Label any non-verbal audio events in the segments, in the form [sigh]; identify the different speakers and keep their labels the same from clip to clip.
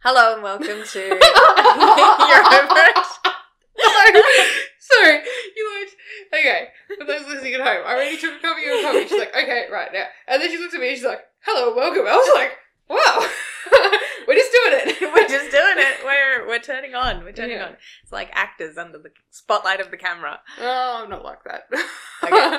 Speaker 1: Hello and welcome to [laughs] your
Speaker 2: [laughs]
Speaker 1: homework.
Speaker 2: Sorry, you looked okay. For those listening at home, I already took a copy of a copy. She's like, okay, right now. And then she looks at me and she's like, hello, welcome. I was like, wow. [laughs] We're just doing it.
Speaker 1: [laughs]
Speaker 2: [laughs]
Speaker 1: We're just doing it. We're we're turning on. We're turning
Speaker 2: Yeah.
Speaker 1: on. It's like actors under the spotlight of the camera.
Speaker 2: Oh, I'm not like that.
Speaker 1: Okay.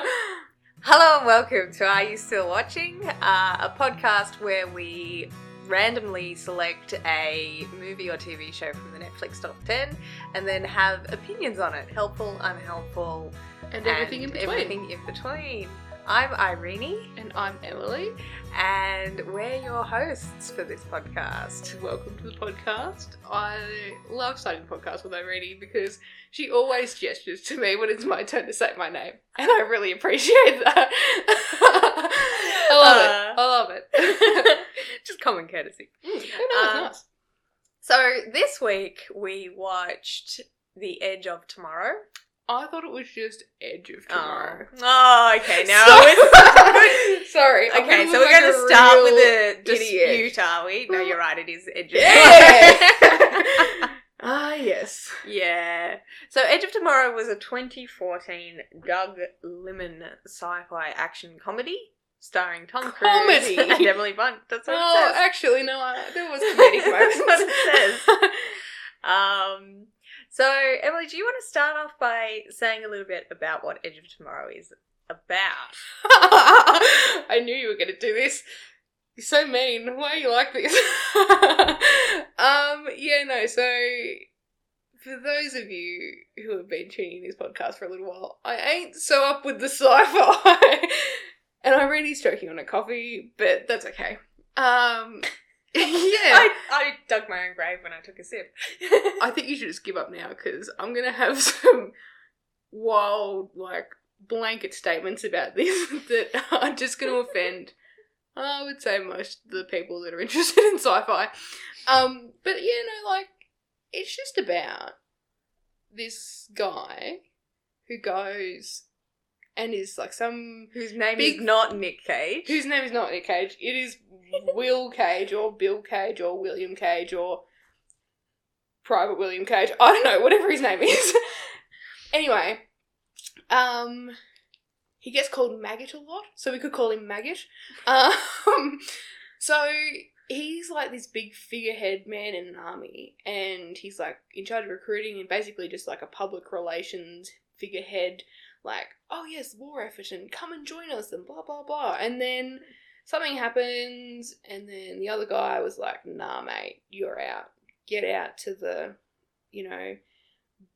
Speaker 1: Hello and welcome to Are You Still Watching? Uh, a podcast where we randomly select a movie or TV show from the Netflix top ten and then have opinions on it, helpful, unhelpful,
Speaker 2: [laughs] And everything in
Speaker 1: and
Speaker 2: between.
Speaker 1: Everything in between. I'm Irene.
Speaker 2: And I'm Emily.
Speaker 1: and we're your hosts for this podcast.
Speaker 2: Welcome to the podcast. I love starting the podcast with Irene because she always gestures to me when it's my turn to say my name. And I really appreciate that. [laughs] I
Speaker 1: Uh,
Speaker 2: love it. I love it. [laughs]
Speaker 1: [laughs] Just common courtesy.
Speaker 2: Mm, oh, no, it's
Speaker 1: Um,
Speaker 2: nice.
Speaker 1: So this week we watched The Edge of Tomorrow.
Speaker 2: I thought it was just Edge of Tomorrow.
Speaker 1: Oh, oh
Speaker 2: [laughs]
Speaker 1: okay. Now it's
Speaker 2: Sorry. [laughs] Sorry. I'm
Speaker 1: Okay,
Speaker 2: gonna
Speaker 1: so
Speaker 2: look
Speaker 1: we're
Speaker 2: like
Speaker 1: going
Speaker 2: a
Speaker 1: to start
Speaker 2: real
Speaker 1: with a
Speaker 2: idiot.
Speaker 1: dispute, are we? No, you're right. It is Edge of Tomorrow.
Speaker 2: [laughs]
Speaker 1: [laughs]
Speaker 2: Yes. Ah, yes.
Speaker 1: Yeah. So Edge of Tomorrow was a 2014 Doug Liman sci-fi action comedy starring Tom
Speaker 2: Comedy?
Speaker 1: Cruise and Emily Blunt. That's what
Speaker 2: Oh,
Speaker 1: it says.
Speaker 2: actually, no, I, there [laughs] was comedic moments.
Speaker 1: That's what it
Speaker 2: [laughs]
Speaker 1: says. Um, so Emily, do you want to start off by saying a little bit about what Edge of Tomorrow is about?
Speaker 2: [laughs] I knew you were going to do this. You're so mean. Why are you like this? [laughs] um, yeah, no, so for those of you who have been tuning in this podcast for a little while, I ain't so up with the [laughs] sci-fi. and I'm really stroking on a coffee, but that's okay. Um, [laughs] yeah.
Speaker 1: I, I dug my own grave when I took a sip.
Speaker 2: [laughs] I think you should just give up now because I'm gonna have [laughs] some wild, like, blanket statements about this [laughs] that are just gonna offend. I would say most of the people that are [laughs] interested in sci-fi. Um, but yeah, no, like, it's just about this guy who goes and is like some
Speaker 1: [laughs] Whose name
Speaker 2: Big-
Speaker 1: is not Nick Cage.
Speaker 2: whose name is not Nick Cage. It is Will Cage or Bill Cage or William Cage or Private William Cage. I don't know, whatever his name is. [laughs] anyway, um, he gets called Maggot a lot, so we could call him Maggot. Um, [laughs] so he's like this big figurehead man in an army, and he's like in charge of recruiting and basically just like a public relations figurehead like, oh yes, war effort and come and join us and blah blah blah. And then something happens, and then the other guy was like, nah, mate, you're out. Get out to the, you know,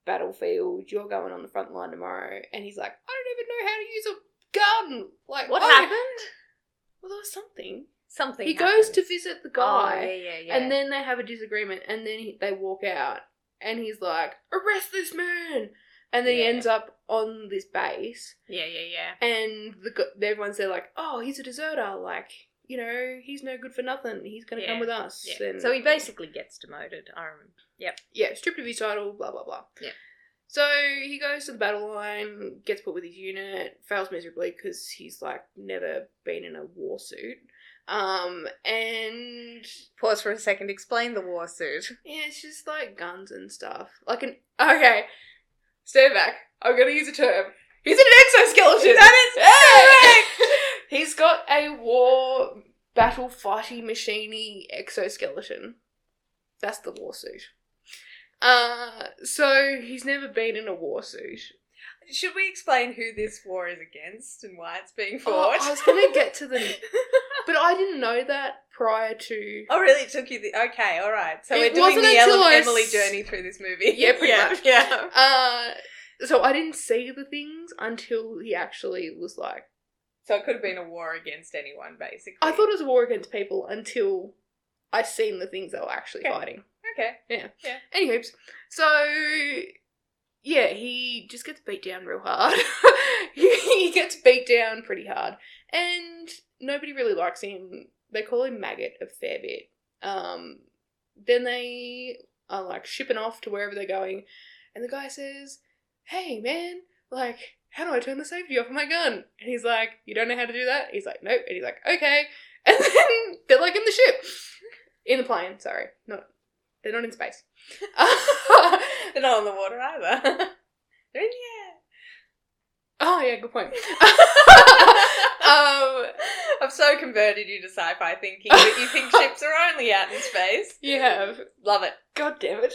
Speaker 2: battlefield. You're going on the front line tomorrow. And he's like, I don't even know how to use a gun. Like,
Speaker 1: What
Speaker 2: I-
Speaker 1: happened?
Speaker 2: Well, there was something.
Speaker 1: Something.
Speaker 2: Oh. He
Speaker 1: happened.
Speaker 2: goes to visit the guy.
Speaker 1: Oh, yeah, yeah, yeah.
Speaker 2: And then they have a disagreement, and then he, they walk out, and he's like, "Arrest this man!" And then he
Speaker 1: Yeah.
Speaker 2: ends up on this base,
Speaker 1: yeah, yeah, yeah.
Speaker 2: and the gu- everyone's there like, "Oh, he's a deserter! Like, you know, he's no good for nothing. He's gonna come
Speaker 1: Yeah,
Speaker 2: with us."
Speaker 1: Yeah.
Speaker 2: And
Speaker 1: so he basically gets demoted. I remember. Yep.
Speaker 2: yeah, stripped of his title, blah blah blah.
Speaker 1: Yeah.
Speaker 2: So he goes to the battle line, gets put with his unit, fails miserably because he's like never been in a war suit. Um, and
Speaker 1: Pause for a second. Explain the war suit.
Speaker 2: [laughs] Yeah, it's just like guns and stuff. Like an okay. Stay back. I'm gonna use a term. He's in an exoskeleton. [laughs] Hey! [laughs] He's got a war battle fighty machiney exoskeleton. That's the war suit. Uh, so he's never been in a war suit.
Speaker 1: Should we explain who this war is against and why it's being
Speaker 2: Oh,
Speaker 1: fought?
Speaker 2: I was
Speaker 1: [laughs]
Speaker 2: gonna get to the, but I didn't know that prior to.
Speaker 1: Oh, really? It took you the. Okay, all right. So
Speaker 2: It
Speaker 1: we're doing
Speaker 2: wasn't
Speaker 1: the
Speaker 2: until
Speaker 1: Ele-
Speaker 2: I s-
Speaker 1: Emily journey through this movie.
Speaker 2: Yeah, pretty
Speaker 1: yeah,
Speaker 2: much.
Speaker 1: Yeah.
Speaker 2: Uh, so I didn't see the things until he actually was like.
Speaker 1: So it could have been a war against anyone, basically.
Speaker 2: I thought it was a war against people until I seen the things they were actually
Speaker 1: Okay.
Speaker 2: fighting.
Speaker 1: Okay.
Speaker 2: Anywho, so yeah, he just gets beat down real hard. [laughs] he he gets beat down pretty hard, and nobody really likes him. They call him Maggot a fair bit. Um, then they are like shipping off to wherever they're going, and the guy says, "Hey, man, like." How do I turn the safety off of my gun? And he's like, You don't know how to do that? He's like, Nope. And [laughs] he's like, Okay. And then they're like in the ship. In the plane, sorry. Not They're not in space. [laughs] Uh,
Speaker 1: They're not on the water either. [laughs] They're in
Speaker 2: Oh yeah, good point. [laughs]
Speaker 1: the air.
Speaker 2: um,
Speaker 1: I've so converted you to sci-fi thinking that you
Speaker 2: [laughs]
Speaker 1: think ships are only out in space.
Speaker 2: you have.
Speaker 1: Love it.
Speaker 2: God damn it.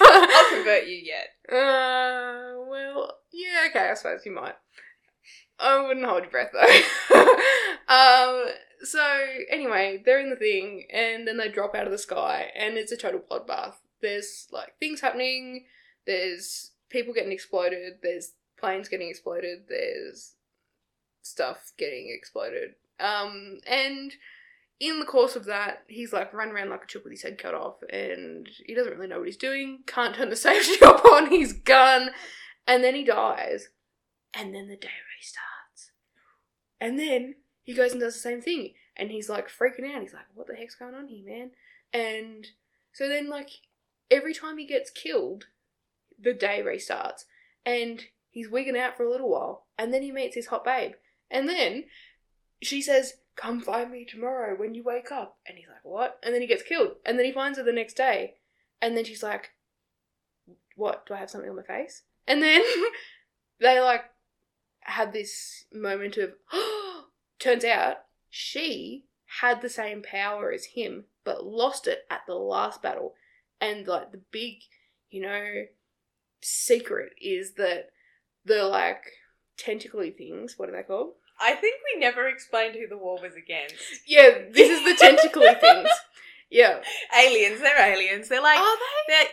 Speaker 1: I'll convert you yet.
Speaker 2: [laughs] Uh, well, yeah, okay, I suppose you might. I wouldn't hold your breath though. [laughs] um, so anyway, they're in the thing, and then they drop out of the sky, and it's a total bloodbath. There's like things happening. There's people getting exploded. There's planes getting exploded. There's stuff getting exploded. Um, and in the course of that, he's like running around like a chip with his head cut off, and he doesn't really know what he's doing. Can't turn the [laughs] safety up on his gun, and then he dies. And then the day restarts. And then he goes and does the same thing, and he's like freaking out. He's like, "What the heck's going on here, man?" And so then, like, every time he gets killed, the day restarts, and he's wigging out for a little while, and then he meets his hot babe, and then she says, Come find me tomorrow when you wake up. And he's like, What? And then he gets killed. And then he finds her the next day. And then she's like, What? Do I have something on my face? And then [laughs] they like had this moment of, [gasps] Turns out she had the same power as him, but lost it at the last battle. And like the big, you know, secret is that the like tentacly things, what are they called?
Speaker 1: I think we never explained who the war was against.
Speaker 2: Yeah, this is the
Speaker 1: [laughs]
Speaker 2: tentacly things. Yeah.
Speaker 1: Aliens, they're aliens. They're like
Speaker 2: Are
Speaker 1: [laughs] they're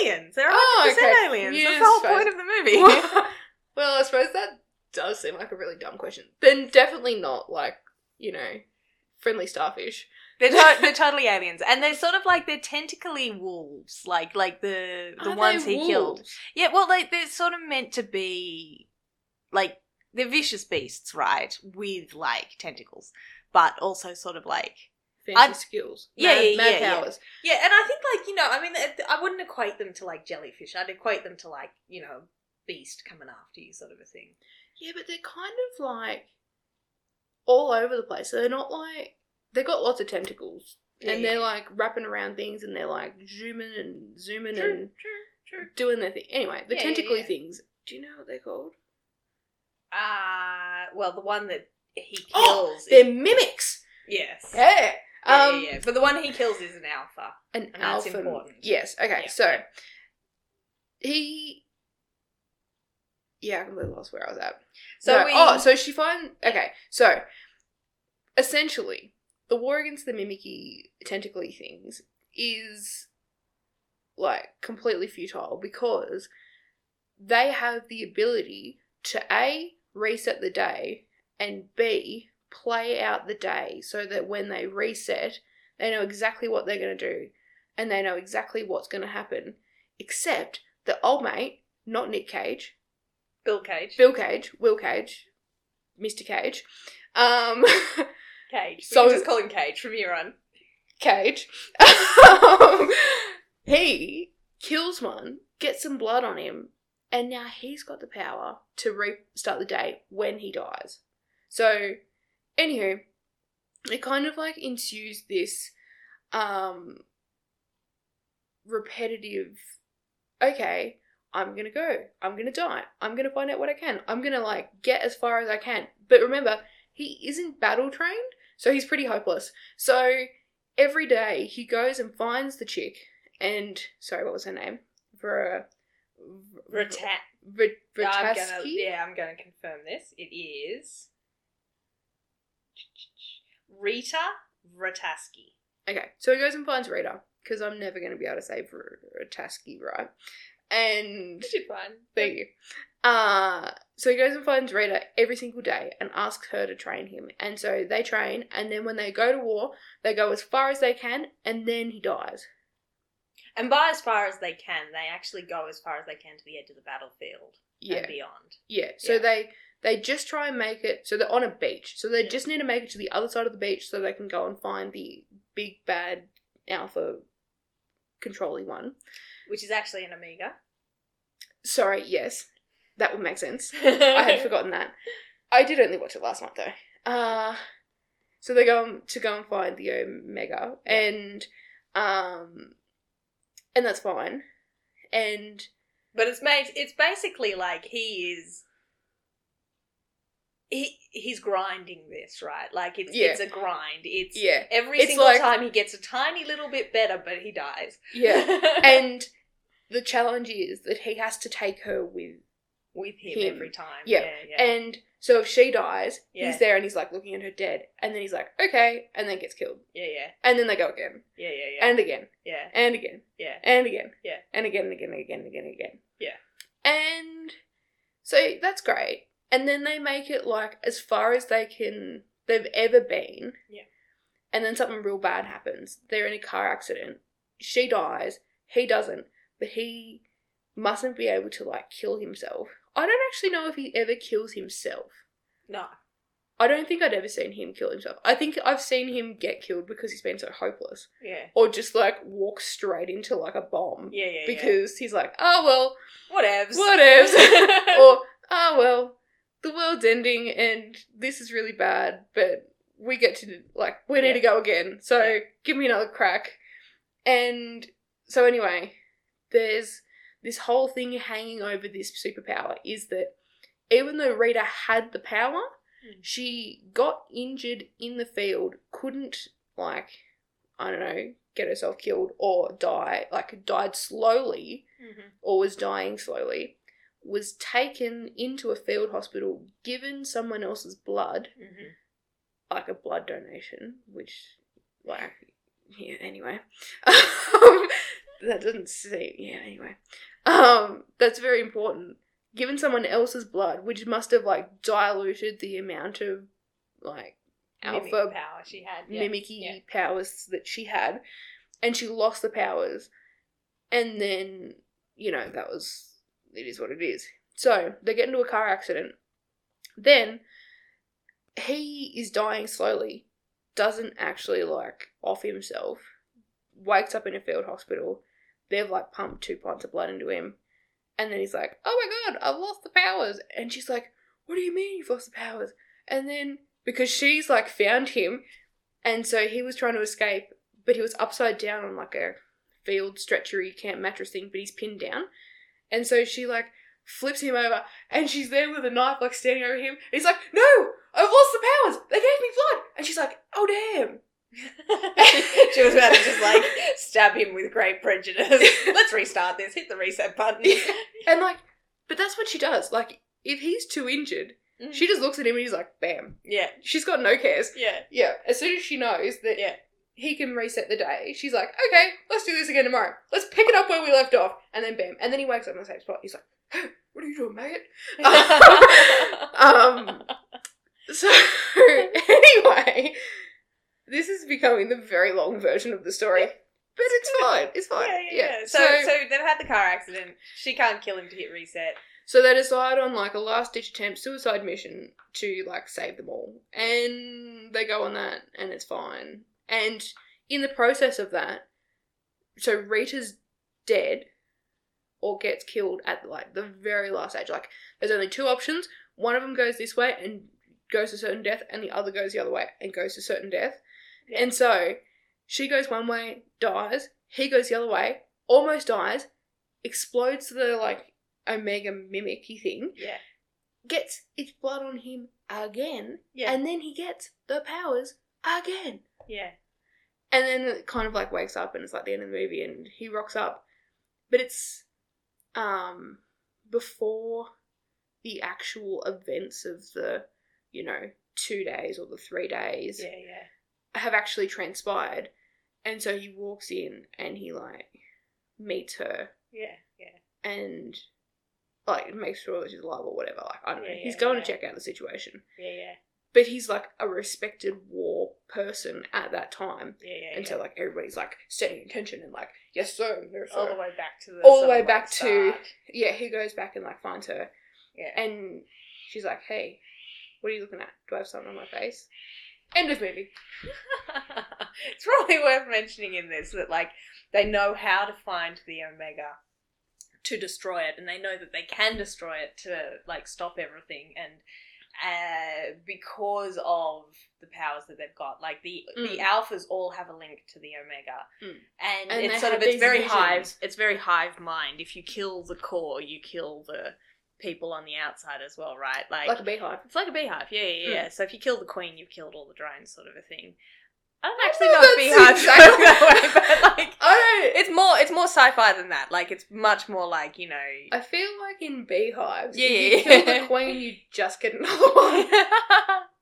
Speaker 1: they're aliens. They're 100%
Speaker 2: Oh, okay.
Speaker 1: aliens.
Speaker 2: Yeah,
Speaker 1: That's the whole
Speaker 2: suppose.
Speaker 1: point of the
Speaker 2: they? [laughs]
Speaker 1: movie.
Speaker 2: well, I suppose that does seem like a really dumb question. Then definitely not like, you know, friendly starfish.
Speaker 1: They're, to- [laughs] they're totally aliens, and they're sort of like they're tentacly wolves, like like the the
Speaker 2: Are they
Speaker 1: ones he killed.
Speaker 2: wolves?
Speaker 1: Yeah, well, they they're sort of meant to be like they're vicious beasts, right? With like tentacles, but also sort of like
Speaker 2: Fancy
Speaker 1: I'd-
Speaker 2: skills.
Speaker 1: Yeah,
Speaker 2: mad,
Speaker 1: yeah,
Speaker 2: mad
Speaker 1: yeah, yeah.
Speaker 2: powers.
Speaker 1: yeah. And I think like you know, I mean, I wouldn't equate them to like jellyfish. I'd equate them to like you know beast coming after you, sort of a thing.
Speaker 2: Yeah. but they're kind of like all over the place. They're not like they got lots of tentacles. and they're like wrapping around things and they're like zooming and zooming and
Speaker 1: true.
Speaker 2: doing their thing. Anyway, the
Speaker 1: Yeah, yeah,
Speaker 2: tentacly
Speaker 1: yeah.
Speaker 2: things. Do you know what they're called?
Speaker 1: Uh well, the one that he kills.
Speaker 2: Oh,
Speaker 1: is-
Speaker 2: They're mimics.
Speaker 1: yes.
Speaker 2: Yeah.
Speaker 1: Yeah,
Speaker 2: Um,
Speaker 1: yeah, yeah. But the one he kills is an alpha.
Speaker 2: an
Speaker 1: And that's
Speaker 2: alpha.
Speaker 1: important.
Speaker 2: Yes. Okay.
Speaker 1: Yeah.
Speaker 2: So he. Yeah, I completely lost where I was at.
Speaker 1: So
Speaker 2: So
Speaker 1: we-
Speaker 2: oh, so she find okay. So essentially, the war against the mimicky tentacly things is like completely futile because they have the ability to a reset the day and b play out the day so that when they reset, they know exactly what they're going to do and they know exactly what's going to happen. Except the old mate, not Nick Cage,
Speaker 1: Bill Cage.
Speaker 2: Bill Cage, Will Cage, Mr. Cage, um, [laughs]
Speaker 1: Cage. We
Speaker 2: So-
Speaker 1: can just call him Cage from here on.
Speaker 2: Cage. um, he kills one, gets some blood on him, and now he's got the power to restart the day when he dies. So, anywho, it kind of like ensues this um, repetitive, okay, I'm gonna go, I'm gonna die, I'm gonna find out what I can, I'm gonna like get as far as I can. But remember, he isn't battle trained, so he's pretty hopeless. So every day he goes and finds the chick, and sorry, what was her name? Vera.
Speaker 1: Rata-
Speaker 2: Vit-
Speaker 1: I'm gonna,
Speaker 2: Vitaski?
Speaker 1: yeah, I'm going to confirm this. It is Rita Rataski.
Speaker 2: Okay, so he goes and finds Rita because I'm never going to be able to say Vrataski, right? And
Speaker 1: did fine.
Speaker 2: thank you. Uh, so he goes and finds Rita every single day and asks her to train him. And so they train, and then when they go to war, they go as far as they can, and then he dies.
Speaker 1: And by as far as they can, they actually go as far as they can to the edge of the battlefield
Speaker 2: Yeah,
Speaker 1: and beyond.
Speaker 2: yeah. So
Speaker 1: yeah.
Speaker 2: they they just try and make it. So they're on a beach. So they
Speaker 1: Yeah.
Speaker 2: just need to make it to the other side of the beach so they can go and find the big bad alpha controlling one.
Speaker 1: Which is actually an Amiga.
Speaker 2: Sorry, yes. That would make sense. [laughs] I
Speaker 1: [laughs]
Speaker 2: had forgotten that. I did only watch it last night though. Uh so they go to go and find the Omega
Speaker 1: Yeah.
Speaker 2: and um and that's fine. And
Speaker 1: But it's made it's basically like he is he he's grinding this, right? Like it's
Speaker 2: Yeah.
Speaker 1: it's a grind. It's
Speaker 2: yeah,
Speaker 1: every
Speaker 2: It's
Speaker 1: single
Speaker 2: like-
Speaker 1: time he gets a tiny little bit better, but he dies. [laughs]
Speaker 2: yeah. and the challenge is that he has to take her with,
Speaker 1: with him,
Speaker 2: him.
Speaker 1: every time.
Speaker 2: Yeah.
Speaker 1: yeah. yeah.
Speaker 2: and so if she dies,
Speaker 1: Yeah.
Speaker 2: he's there and he's like looking at her dead, and then he's like, okay, and then gets killed,
Speaker 1: yeah, yeah.
Speaker 2: and then they go again
Speaker 1: Yeah, yeah, yeah.
Speaker 2: and again
Speaker 1: yeah,
Speaker 2: and again
Speaker 1: yeah.
Speaker 2: and again.
Speaker 1: Yeah.
Speaker 2: And again and again and again and again and again.
Speaker 1: Yeah.
Speaker 2: And so that's great. And then they make it like as far as they can they've ever been.
Speaker 1: Yeah.
Speaker 2: And then something real bad happens. They're in a car accident. She dies. He doesn't. But he mustn't be able to like kill himself. I don't actually know if he ever kills himself.
Speaker 1: No.
Speaker 2: I don't think I'd ever seen him kill himself. I think I've seen him get killed because he's been so hopeless.
Speaker 1: Yeah.
Speaker 2: Or just like walk straight into like a bomb
Speaker 1: Yeah, yeah, yeah.
Speaker 2: because he's like, oh well,
Speaker 1: Whatevs. [laughs] Mm-hmm,
Speaker 2: whatevs, or oh well, the world's ending and this is really bad, but we get to like we need
Speaker 1: Yeah.
Speaker 2: to go again, so
Speaker 1: Yeah.
Speaker 2: give me another crack. And so anyway, there's this whole thing hanging over this superpower is that even though Rita had the power,
Speaker 1: Mm.
Speaker 2: she got injured in the field, couldn't like I don't know, get herself killed or die, like died slowly
Speaker 1: Mhm.
Speaker 2: or was dying slowly, was taken into a field hospital, given someone else's blood,
Speaker 1: Mhm.
Speaker 2: like a blood donation, which, like, yeah, anyway. Um, [laughs] that doesn't seem, yeah, anyway. Um, that's very important. Given someone else's blood, which must have, like, diluted the amount of, like,
Speaker 1: Mimic
Speaker 2: alpha
Speaker 1: power she had. Yeah.
Speaker 2: mimicky
Speaker 1: yeah.
Speaker 2: powers that she had, and she lost the powers. And then, you know, that was it is what it is. So they get into a car accident. Then he is dying slowly, doesn't actually like off himself, wakes up in a field hospital. They've like pumped two pints of blood into him. And then he's like, oh my god, I've lost the powers. And she's like, what do you mean you've lost the powers? And then because she's like found him, and so he was trying to escape, but he was upside down on like a field stretchery camp mattress thing, but he's pinned down. And so she like flips him over and she's there with a knife like standing over him. He's like, No, I've lost the powers. They gave me blood. And she's like, Oh damn.
Speaker 1: [laughs] she was about to just like stab him with great
Speaker 2: [laughs]
Speaker 1: prejudice. Let's restart this. Hit the reset button.
Speaker 2: And like, but that's what she does. Like, if he's too injured,
Speaker 1: Mm.
Speaker 2: she just looks at him and he's like, Bam.
Speaker 1: yeah,
Speaker 2: She's got no cares. [laughs]
Speaker 1: yeah, [laughs]
Speaker 2: Yeah, as soon as she knows that
Speaker 1: Yeah.
Speaker 2: he can reset the day, she's like, okay, let's do this again tomorrow. Let's pick it up where we left off. And then bam. And then he wakes up in the same spot. He's like, hey, what are you doing, mate?
Speaker 1: [laughs]
Speaker 2: Um, so, [laughs] anyway, this is becoming the very long version of the story. But
Speaker 1: [laughs]
Speaker 2: it's fine. It's fine.
Speaker 1: yeah, yeah, yeah. So, so, they've had the car accident. She can't kill him to hit reset.
Speaker 2: So they decide on like a last ditch attempt suicide mission to like save them all. And they go on that and it's fine. And in the process of that, so Rita's dead or gets killed at like the very last stage. Like there's only two options. One of them goes this way and goes to certain death and the other goes the other way and goes to certain death.
Speaker 1: Yeah.
Speaker 2: And so she goes one way, dies, he goes the other way, almost dies, explodes the like Omega mimicky thing,
Speaker 1: Yeah,
Speaker 2: gets its blood on him again,
Speaker 1: yeah,
Speaker 2: and then he gets the powers again.
Speaker 1: yeah.
Speaker 2: And then it kind of like wakes up and it's like the end of the movie and he rocks up. But it's um before the actual events of the, you know, two days or the three days
Speaker 1: Yeah, yeah.
Speaker 2: have actually transpired. And so he walks in and he like meets her
Speaker 1: Yeah, yeah.
Speaker 2: and like make sure that she's alive or whatever. Like I don't know.
Speaker 1: Yeah,
Speaker 2: he's
Speaker 1: yeah,
Speaker 2: going
Speaker 1: yeah.
Speaker 2: to check out the situation,
Speaker 1: Yeah, yeah.
Speaker 2: but he's like a respected war person at that time,
Speaker 1: Yeah, yeah.
Speaker 2: and
Speaker 1: yeah.
Speaker 2: so like everybody's like setting attention and like yes sir, yes,
Speaker 1: all
Speaker 2: sir."
Speaker 1: the way back to the
Speaker 2: All the
Speaker 1: sort of,
Speaker 2: way
Speaker 1: like,
Speaker 2: back to-
Speaker 1: start.
Speaker 2: yeah. He goes back and like finds her,
Speaker 1: yeah.
Speaker 2: and she's like, hey, what are you looking at? Do I have something on my face? End of movie.
Speaker 1: [laughs] it's probably worth mentioning in this that like they know how to find the omega to destroy it and they know that they can destroy it to like stop everything and uh, because of the powers that they've got. Like the the
Speaker 2: Mm.
Speaker 1: alphas all have a link to the omega,
Speaker 2: Mm.
Speaker 1: and,
Speaker 2: And
Speaker 1: it's
Speaker 2: they
Speaker 1: sort of
Speaker 2: have
Speaker 1: it's
Speaker 2: these
Speaker 1: very
Speaker 2: visions.
Speaker 1: hive. It's very hive mind. If you kill the core, you kill the people on the outside as well, right? Like,
Speaker 2: like a beehive.
Speaker 1: it's like a beehive. Yeah, yeah,
Speaker 2: Hmm.
Speaker 1: yeah. So if you kill the queen, you've killed all the drones, sort of a thing. I don't actually
Speaker 2: know
Speaker 1: know if
Speaker 2: if
Speaker 1: beehives
Speaker 2: that's
Speaker 1: work
Speaker 2: exactly-
Speaker 1: that way, but like.
Speaker 2: I
Speaker 3: It's more it's more sci-fi than that. Like it's much more like, you know, [laughs]
Speaker 2: don't. I feel like in beehives,
Speaker 3: Yeah,
Speaker 2: if
Speaker 3: yeah,
Speaker 2: you kill
Speaker 3: yeah.
Speaker 2: the queen, you just get another [laughs] one.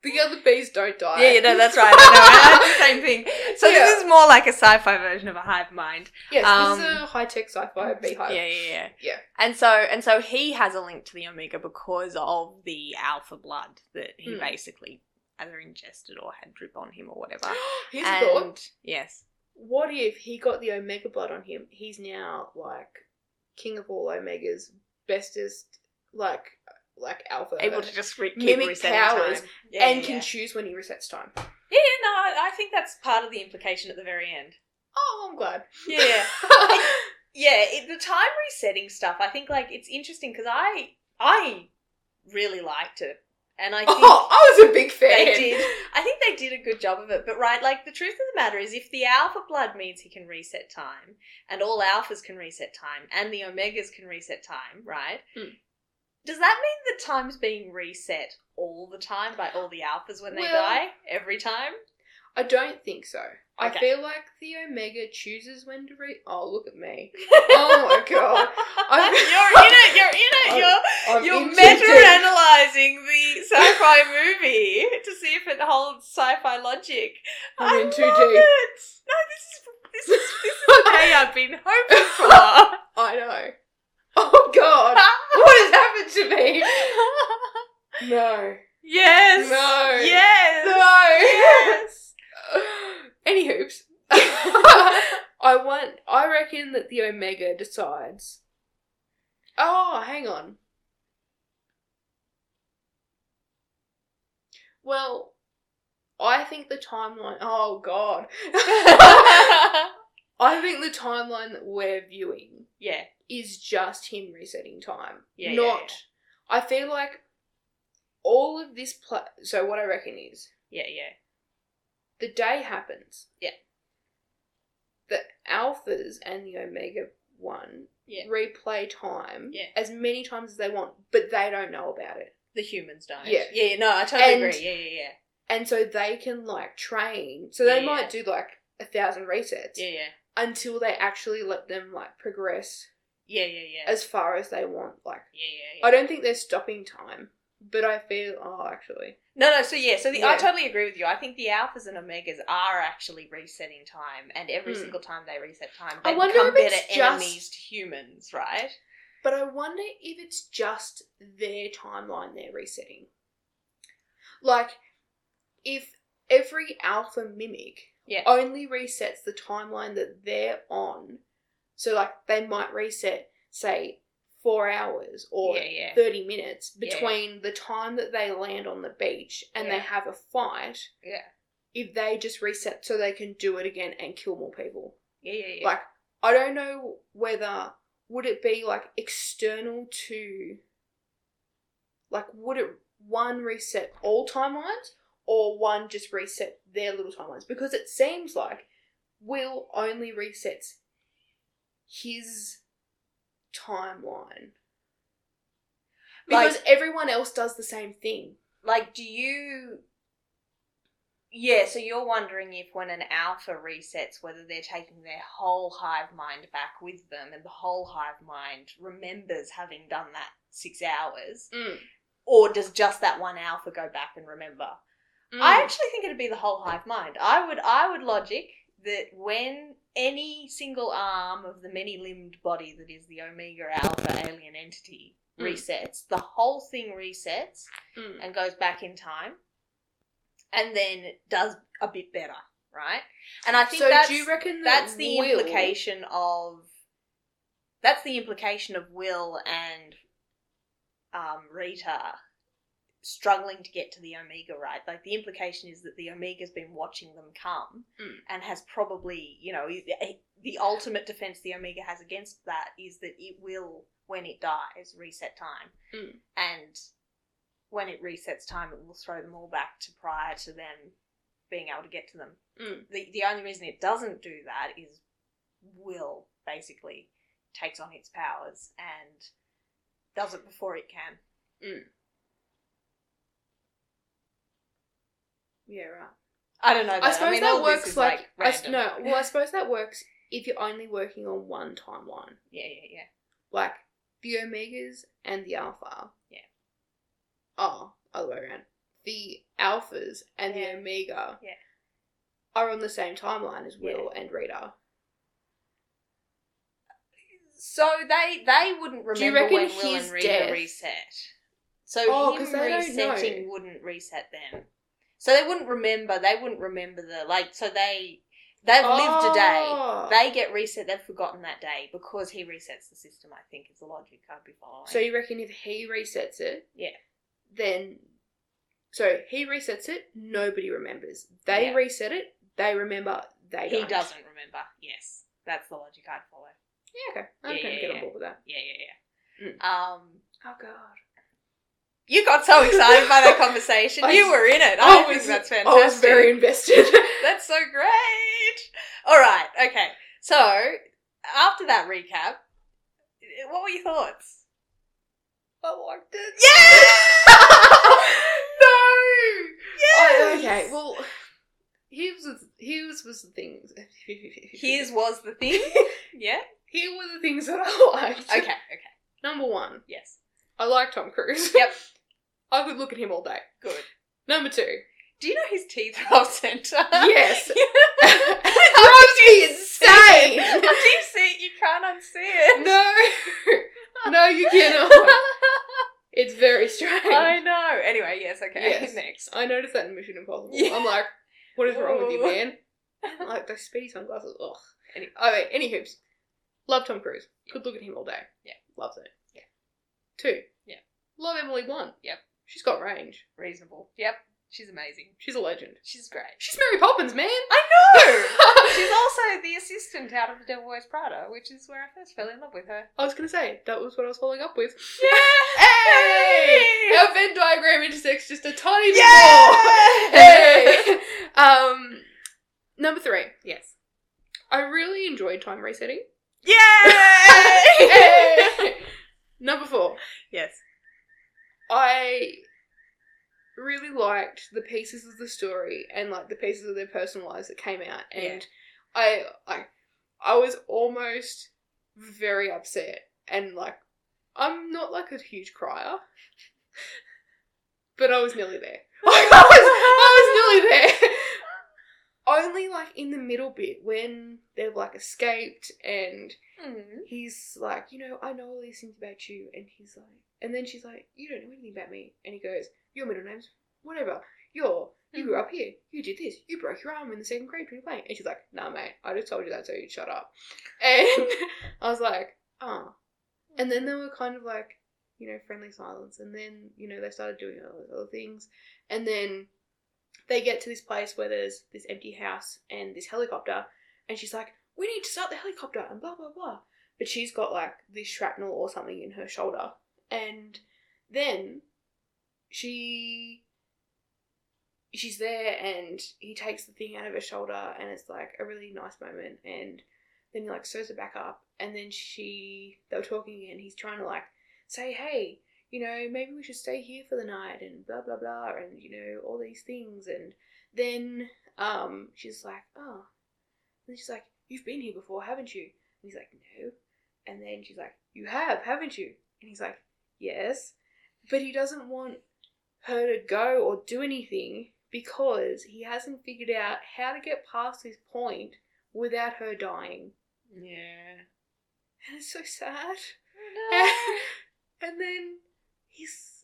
Speaker 2: the other bees don't die.
Speaker 3: Yeah, yeah, no, that's right. I know. I had the same thing. So
Speaker 2: Yeah.
Speaker 3: this is more like a sci-fi version of a hive mind.
Speaker 2: Yes, this is
Speaker 3: Um,
Speaker 2: a high tech sci fi beehive.
Speaker 3: Yeah, yeah, yeah.
Speaker 2: Yeah.
Speaker 3: And so and so he has a link to the Omega because of the alpha blood that he
Speaker 2: Mm.
Speaker 3: basically either ingested or had drip on him or whatever.
Speaker 2: [gasps] Here's
Speaker 3: and
Speaker 2: a thought.
Speaker 3: yes.
Speaker 2: What if he got the Omega blood on him? He's now like king of all Omegas, bestest, like like alpha,
Speaker 3: Able to just re- keep
Speaker 2: Uh, Mimic
Speaker 3: resetting
Speaker 2: powers
Speaker 3: time.
Speaker 1: Yeah,
Speaker 2: and
Speaker 1: yeah,
Speaker 2: can
Speaker 1: yeah.
Speaker 2: choose when he resets time.
Speaker 1: Yeah, yeah, no, I, I think that's part of the implication at the very end.
Speaker 2: Oh, I'm [laughs] glad.
Speaker 1: Yeah, [laughs] yeah, it, the time resetting stuff. I think like it's interesting because I I really liked it, and I think
Speaker 2: oh, I was a big fan.
Speaker 1: they did. I think they did a good job of it. But right, like the truth of the matter is, if the alpha blood means he can reset time, and all alphas can reset time, and the omegas can reset time, right?
Speaker 2: Mm.
Speaker 1: Does that mean that time's being reset all the time by all the alphas when they
Speaker 2: Well-
Speaker 1: die every [laughs] time?
Speaker 2: I don't think so. I
Speaker 1: Okay.
Speaker 2: feel like the Omega chooses when to re. Oh, look
Speaker 1: [laughs]
Speaker 2: at me. Oh my god. I'm-
Speaker 1: you're in it. You're in it. [laughs]
Speaker 2: I'm-
Speaker 1: You're
Speaker 2: I'm
Speaker 1: You're
Speaker 2: into
Speaker 1: meta
Speaker 2: it. [laughs]
Speaker 1: analyzing the sci fi movie to see if it holds sci fi logic.
Speaker 2: I'm
Speaker 1: I
Speaker 2: in too
Speaker 1: love
Speaker 2: deep.
Speaker 1: it. No, this is this is this is the day I've been hoping
Speaker 2: [laughs]
Speaker 1: for.
Speaker 2: I know. Oh god.
Speaker 1: [laughs]
Speaker 2: what has happened to me? No.
Speaker 1: yes.
Speaker 2: No.
Speaker 1: Yes.
Speaker 2: No. [laughs]
Speaker 1: Yes. [laughs]
Speaker 2: Any hoops. I want. I reckon that the Omega decides. Oh, hang on. Well, I think the timeline. Oh
Speaker 1: [laughs]
Speaker 2: God. I think the timeline that we're viewing
Speaker 1: yeah.
Speaker 2: is just him resetting time.
Speaker 1: Yeah, yeah,
Speaker 2: Not.
Speaker 1: yeah.
Speaker 2: I feel like all of this. Pla- so what I reckon is
Speaker 1: Yeah. Yeah.
Speaker 2: the day happens.
Speaker 1: Yeah.
Speaker 2: The alphas and the omega one
Speaker 1: Yeah.
Speaker 2: replay time
Speaker 1: Yeah.
Speaker 2: as many times as they want, but they don't know about it.
Speaker 1: The humans don't.
Speaker 2: Yeah.
Speaker 1: Yeah. No, I totally
Speaker 2: And-
Speaker 1: agree. Yeah. Yeah.
Speaker 2: And so they can like train. So they
Speaker 1: Yeah.
Speaker 2: might do like a thousand resets
Speaker 1: Yeah. Yeah. Yeah.
Speaker 2: until they actually let them like progress
Speaker 1: Yeah. Yeah. Yeah.
Speaker 2: as far as they want. Like
Speaker 1: yeah. Yeah. Yeah.
Speaker 2: I don't think they're stopping time, but I feel oh actually.
Speaker 1: No, no. So yeah, so the, I
Speaker 2: Yeah.
Speaker 1: totally agree with you. I think the alphas and omegas are actually resetting time, and every
Speaker 2: Mm.
Speaker 1: single time they reset time,
Speaker 2: I
Speaker 1: they
Speaker 2: wonder
Speaker 1: become
Speaker 2: if it's
Speaker 1: better
Speaker 2: just-
Speaker 1: enemies to humans, right?
Speaker 2: But I wonder if it's just their timeline they're resetting. Like, if every alpha mimic
Speaker 1: Yeah.
Speaker 2: only resets the timeline that they're on, so like they might reset, say, four hours or
Speaker 1: Yeah, yeah.
Speaker 2: 30 minutes
Speaker 1: Yeah.
Speaker 2: between the time that they land on the beach and
Speaker 1: Yeah.
Speaker 2: they have a fight.
Speaker 1: Yeah.
Speaker 2: If they just reset so they can do it again and kill more people.
Speaker 1: Yeah, yeah, yeah.
Speaker 2: Like, I don't know whether would it be like external to, like, would it one reset all timelines or one just reset their little timelines? Because it seems like Will only resets his timeline because everyone else does the same thing.
Speaker 1: like, do you? Yeah, so you're wondering if when an alpha resets, whether they're taking their whole hive mind back with them, and the whole hive mind remembers having done that six hours, or does just that one alpha go back and remember?
Speaker 2: Hmm.
Speaker 1: I actually think it'd be the whole hive mind. I would I would logic that when any single arm of the many limbed body that is the Omega Alpha alien entity
Speaker 2: Mm.
Speaker 1: resets, the whole thing resets
Speaker 2: Mm.
Speaker 1: and goes back in time and then does a bit better, right? And I think
Speaker 2: so
Speaker 1: that's
Speaker 2: do you reckon that
Speaker 1: that's the
Speaker 2: Will-
Speaker 1: implication of that's the implication of Will and um, Rita struggling to get to the Omega right. Like the implication is that the Omega's been watching them come
Speaker 2: Mm.
Speaker 1: and has probably, you know, the ultimate defense the Omega has against that is that it will, when it dies, reset time
Speaker 2: Mm.
Speaker 1: and when it resets time, it will throw them all back to prior to them being able to get to them.
Speaker 2: Mm.
Speaker 1: The, the only reason it doesn't do that is Will basically takes on its powers and does it before it can.
Speaker 2: Yeah, right.
Speaker 1: I don't know. Though.
Speaker 2: I suppose
Speaker 1: mean, all
Speaker 2: that
Speaker 1: this
Speaker 2: works
Speaker 1: is,
Speaker 2: like, I s-
Speaker 1: random.
Speaker 2: no. Well, I suppose that works if you're only working on one timeline,
Speaker 1: Yeah, yeah, yeah.
Speaker 2: like the omegas and the alpha.
Speaker 1: Yeah.
Speaker 2: Oh, other way around. The alphas and
Speaker 1: Yeah.
Speaker 2: the omega.
Speaker 1: Yeah.
Speaker 2: Are on the same timeline as Will and Rita.
Speaker 1: So they they wouldn't remember
Speaker 2: Do you reckon
Speaker 1: when Will
Speaker 2: his
Speaker 1: and Rita
Speaker 2: death-
Speaker 1: reset. So
Speaker 2: Oh, 'cause
Speaker 1: him
Speaker 2: they don't know.
Speaker 1: resetting wouldn't reset them. So they wouldn't remember. They wouldn't remember the like. So they they've lived a day.
Speaker 2: Oh.
Speaker 1: They get reset. They've forgotten that day because he resets the system. I think is the logic I'd be following.
Speaker 2: So you reckon if he resets it,
Speaker 1: Yeah.
Speaker 2: then so he resets it, nobody remembers. They
Speaker 1: Yeah.
Speaker 2: reset it, they remember. They
Speaker 1: he
Speaker 2: don't.
Speaker 1: doesn't remember. Yes, that's the logic I'd follow.
Speaker 2: Yeah, okay. I'm
Speaker 1: Yeah,
Speaker 2: gonna
Speaker 1: yeah,
Speaker 2: get
Speaker 1: yeah.
Speaker 2: on board with that.
Speaker 1: Yeah, yeah, yeah.
Speaker 2: Mm.
Speaker 1: Um,
Speaker 2: Oh god.
Speaker 1: you got so excited by that conversation.
Speaker 2: [laughs] I
Speaker 1: you
Speaker 2: s-
Speaker 1: were in it. I,
Speaker 2: I
Speaker 1: think
Speaker 2: was-
Speaker 1: that's
Speaker 2: I
Speaker 1: fantastic.
Speaker 2: was very invested. [laughs]
Speaker 1: That's so great. All right. Okay. So after that recap, what were your thoughts?
Speaker 2: I liked it.
Speaker 1: [laughs] no.
Speaker 2: Oh,
Speaker 1: Yes.
Speaker 2: okay. Well, here's was here's was the things. [laughs]
Speaker 1: here's was the thing. yeah.
Speaker 2: here were the things that I liked.
Speaker 1: Okay. Okay.
Speaker 2: Number one,
Speaker 1: Yes.
Speaker 2: I like Tom Cruise.
Speaker 1: Yep.
Speaker 2: [laughs] I could look at him all day.
Speaker 1: Good.
Speaker 2: Number [laughs] two,
Speaker 1: Do you know his teeth are off center? [laughs]
Speaker 2: [laughs] yes,
Speaker 1: Rosie
Speaker 2: insane.
Speaker 1: Once you see it, you can't unsee it.
Speaker 2: [laughs] no, [laughs] no, [laughs] you
Speaker 1: [laughs]
Speaker 2: cannot. It's very strange.
Speaker 1: I know. Anyway, yes. Okay.
Speaker 2: Yes.
Speaker 1: [laughs] Next.
Speaker 2: I noticed that in Mission Impossible.
Speaker 1: Yeah.
Speaker 2: I'm like, what is wrong with you,
Speaker 1: Ooh. [laughs]
Speaker 2: man? Like those speedy sunglasses. Ugh.
Speaker 1: Any-
Speaker 2: I mean, any hoops. Love Tom Cruise. Could look at him all day.
Speaker 1: Yeah.
Speaker 2: Loves it.
Speaker 1: Yeah.
Speaker 2: Two.
Speaker 1: Yeah.
Speaker 2: Love Emily Blunt.
Speaker 1: Yep.
Speaker 2: She's got range.
Speaker 1: Reasonable. Yep. She's amazing.
Speaker 2: She's a legend.
Speaker 1: She's great.
Speaker 2: She's Mary Poppins, man.
Speaker 1: I know. [laughs] Oh! She's also the assistant out of The Devil Wears Prada, which is where I first fell in love with her.
Speaker 2: I was gonna say that was what I was following up with.
Speaker 1: Yeah!
Speaker 2: Hey!
Speaker 1: Hey!
Speaker 2: Our Venn diagram intersects just a tiny bit
Speaker 1: Yeah!
Speaker 2: more. Hey!
Speaker 1: [laughs]
Speaker 2: [laughs] um, number three.
Speaker 1: Yes.
Speaker 2: I really enjoyed time resetting.
Speaker 1: Yay!
Speaker 2: [laughs] Number four.
Speaker 1: [laughs] yes.
Speaker 2: I really liked the pieces of the story and like the pieces of their personal lives that came out and I I I was almost very upset and like I'm not like a huge crier but I was nearly there. [laughs] Like, [laughs] I was I was nearly there. Only like in the middle bit when they've like escaped and
Speaker 1: Hmm.
Speaker 2: he's like, you know, I know all these things about you, and he's like, and then she's like, you don't know anything about me, and he goes, your middle name's whatever, you're you grew up here, you did this, you broke your arm in the second grade when you playing, and she's like, nah, mate, I just told you that so you'd shut up, [laughs] and I was like, oh, and then they were kind of like, you know, friendly silence, and then you know they started doing all those other things, and then they get to this place where there's this empty house and this helicopter, and she's like. We need to start the helicopter and blah blah blah but she's got like this shrapnel or something in her shoulder. And then she she's there and he takes the thing out of her shoulder and it's like a really nice moment and then he like sews it back up and then she they were talking and he's trying to like say, Hey, you know, maybe we should stay here for the night and blah blah blah and you know, all these things and then um she's like, Oh and she's like, You've been here before, haven't you? And he's like, no. And then she's like, you have, haven't you? And he's like, yes. But he doesn't want her to go or do anything because he hasn't figured out how to get past this point without her dying.
Speaker 1: Yeah.
Speaker 2: And it's so sad.
Speaker 1: No.
Speaker 2: [laughs] and then he's.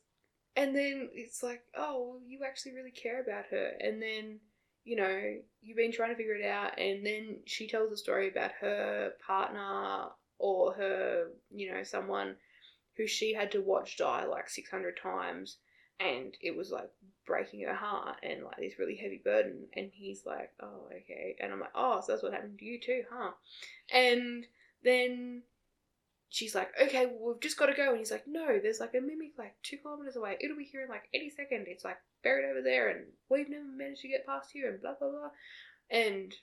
Speaker 2: And then it's like, oh, well, you actually really care about her. And then, you know, you've been trying to figure it out. And then she tells a story about her partner or her, you know, someone who she had to watch die like 600 times. And it was like breaking her heart and like this really heavy burden. And he's like, oh, okay. And I'm like, oh, so that's what happened to you too, huh? And then she's like, okay, well, we've just got to go. And he's like, no, there's like a mimic like two kilometers away. It'll be here in like any second. It's like buried over there, and we've never managed to get past here, and blah, blah, blah. And,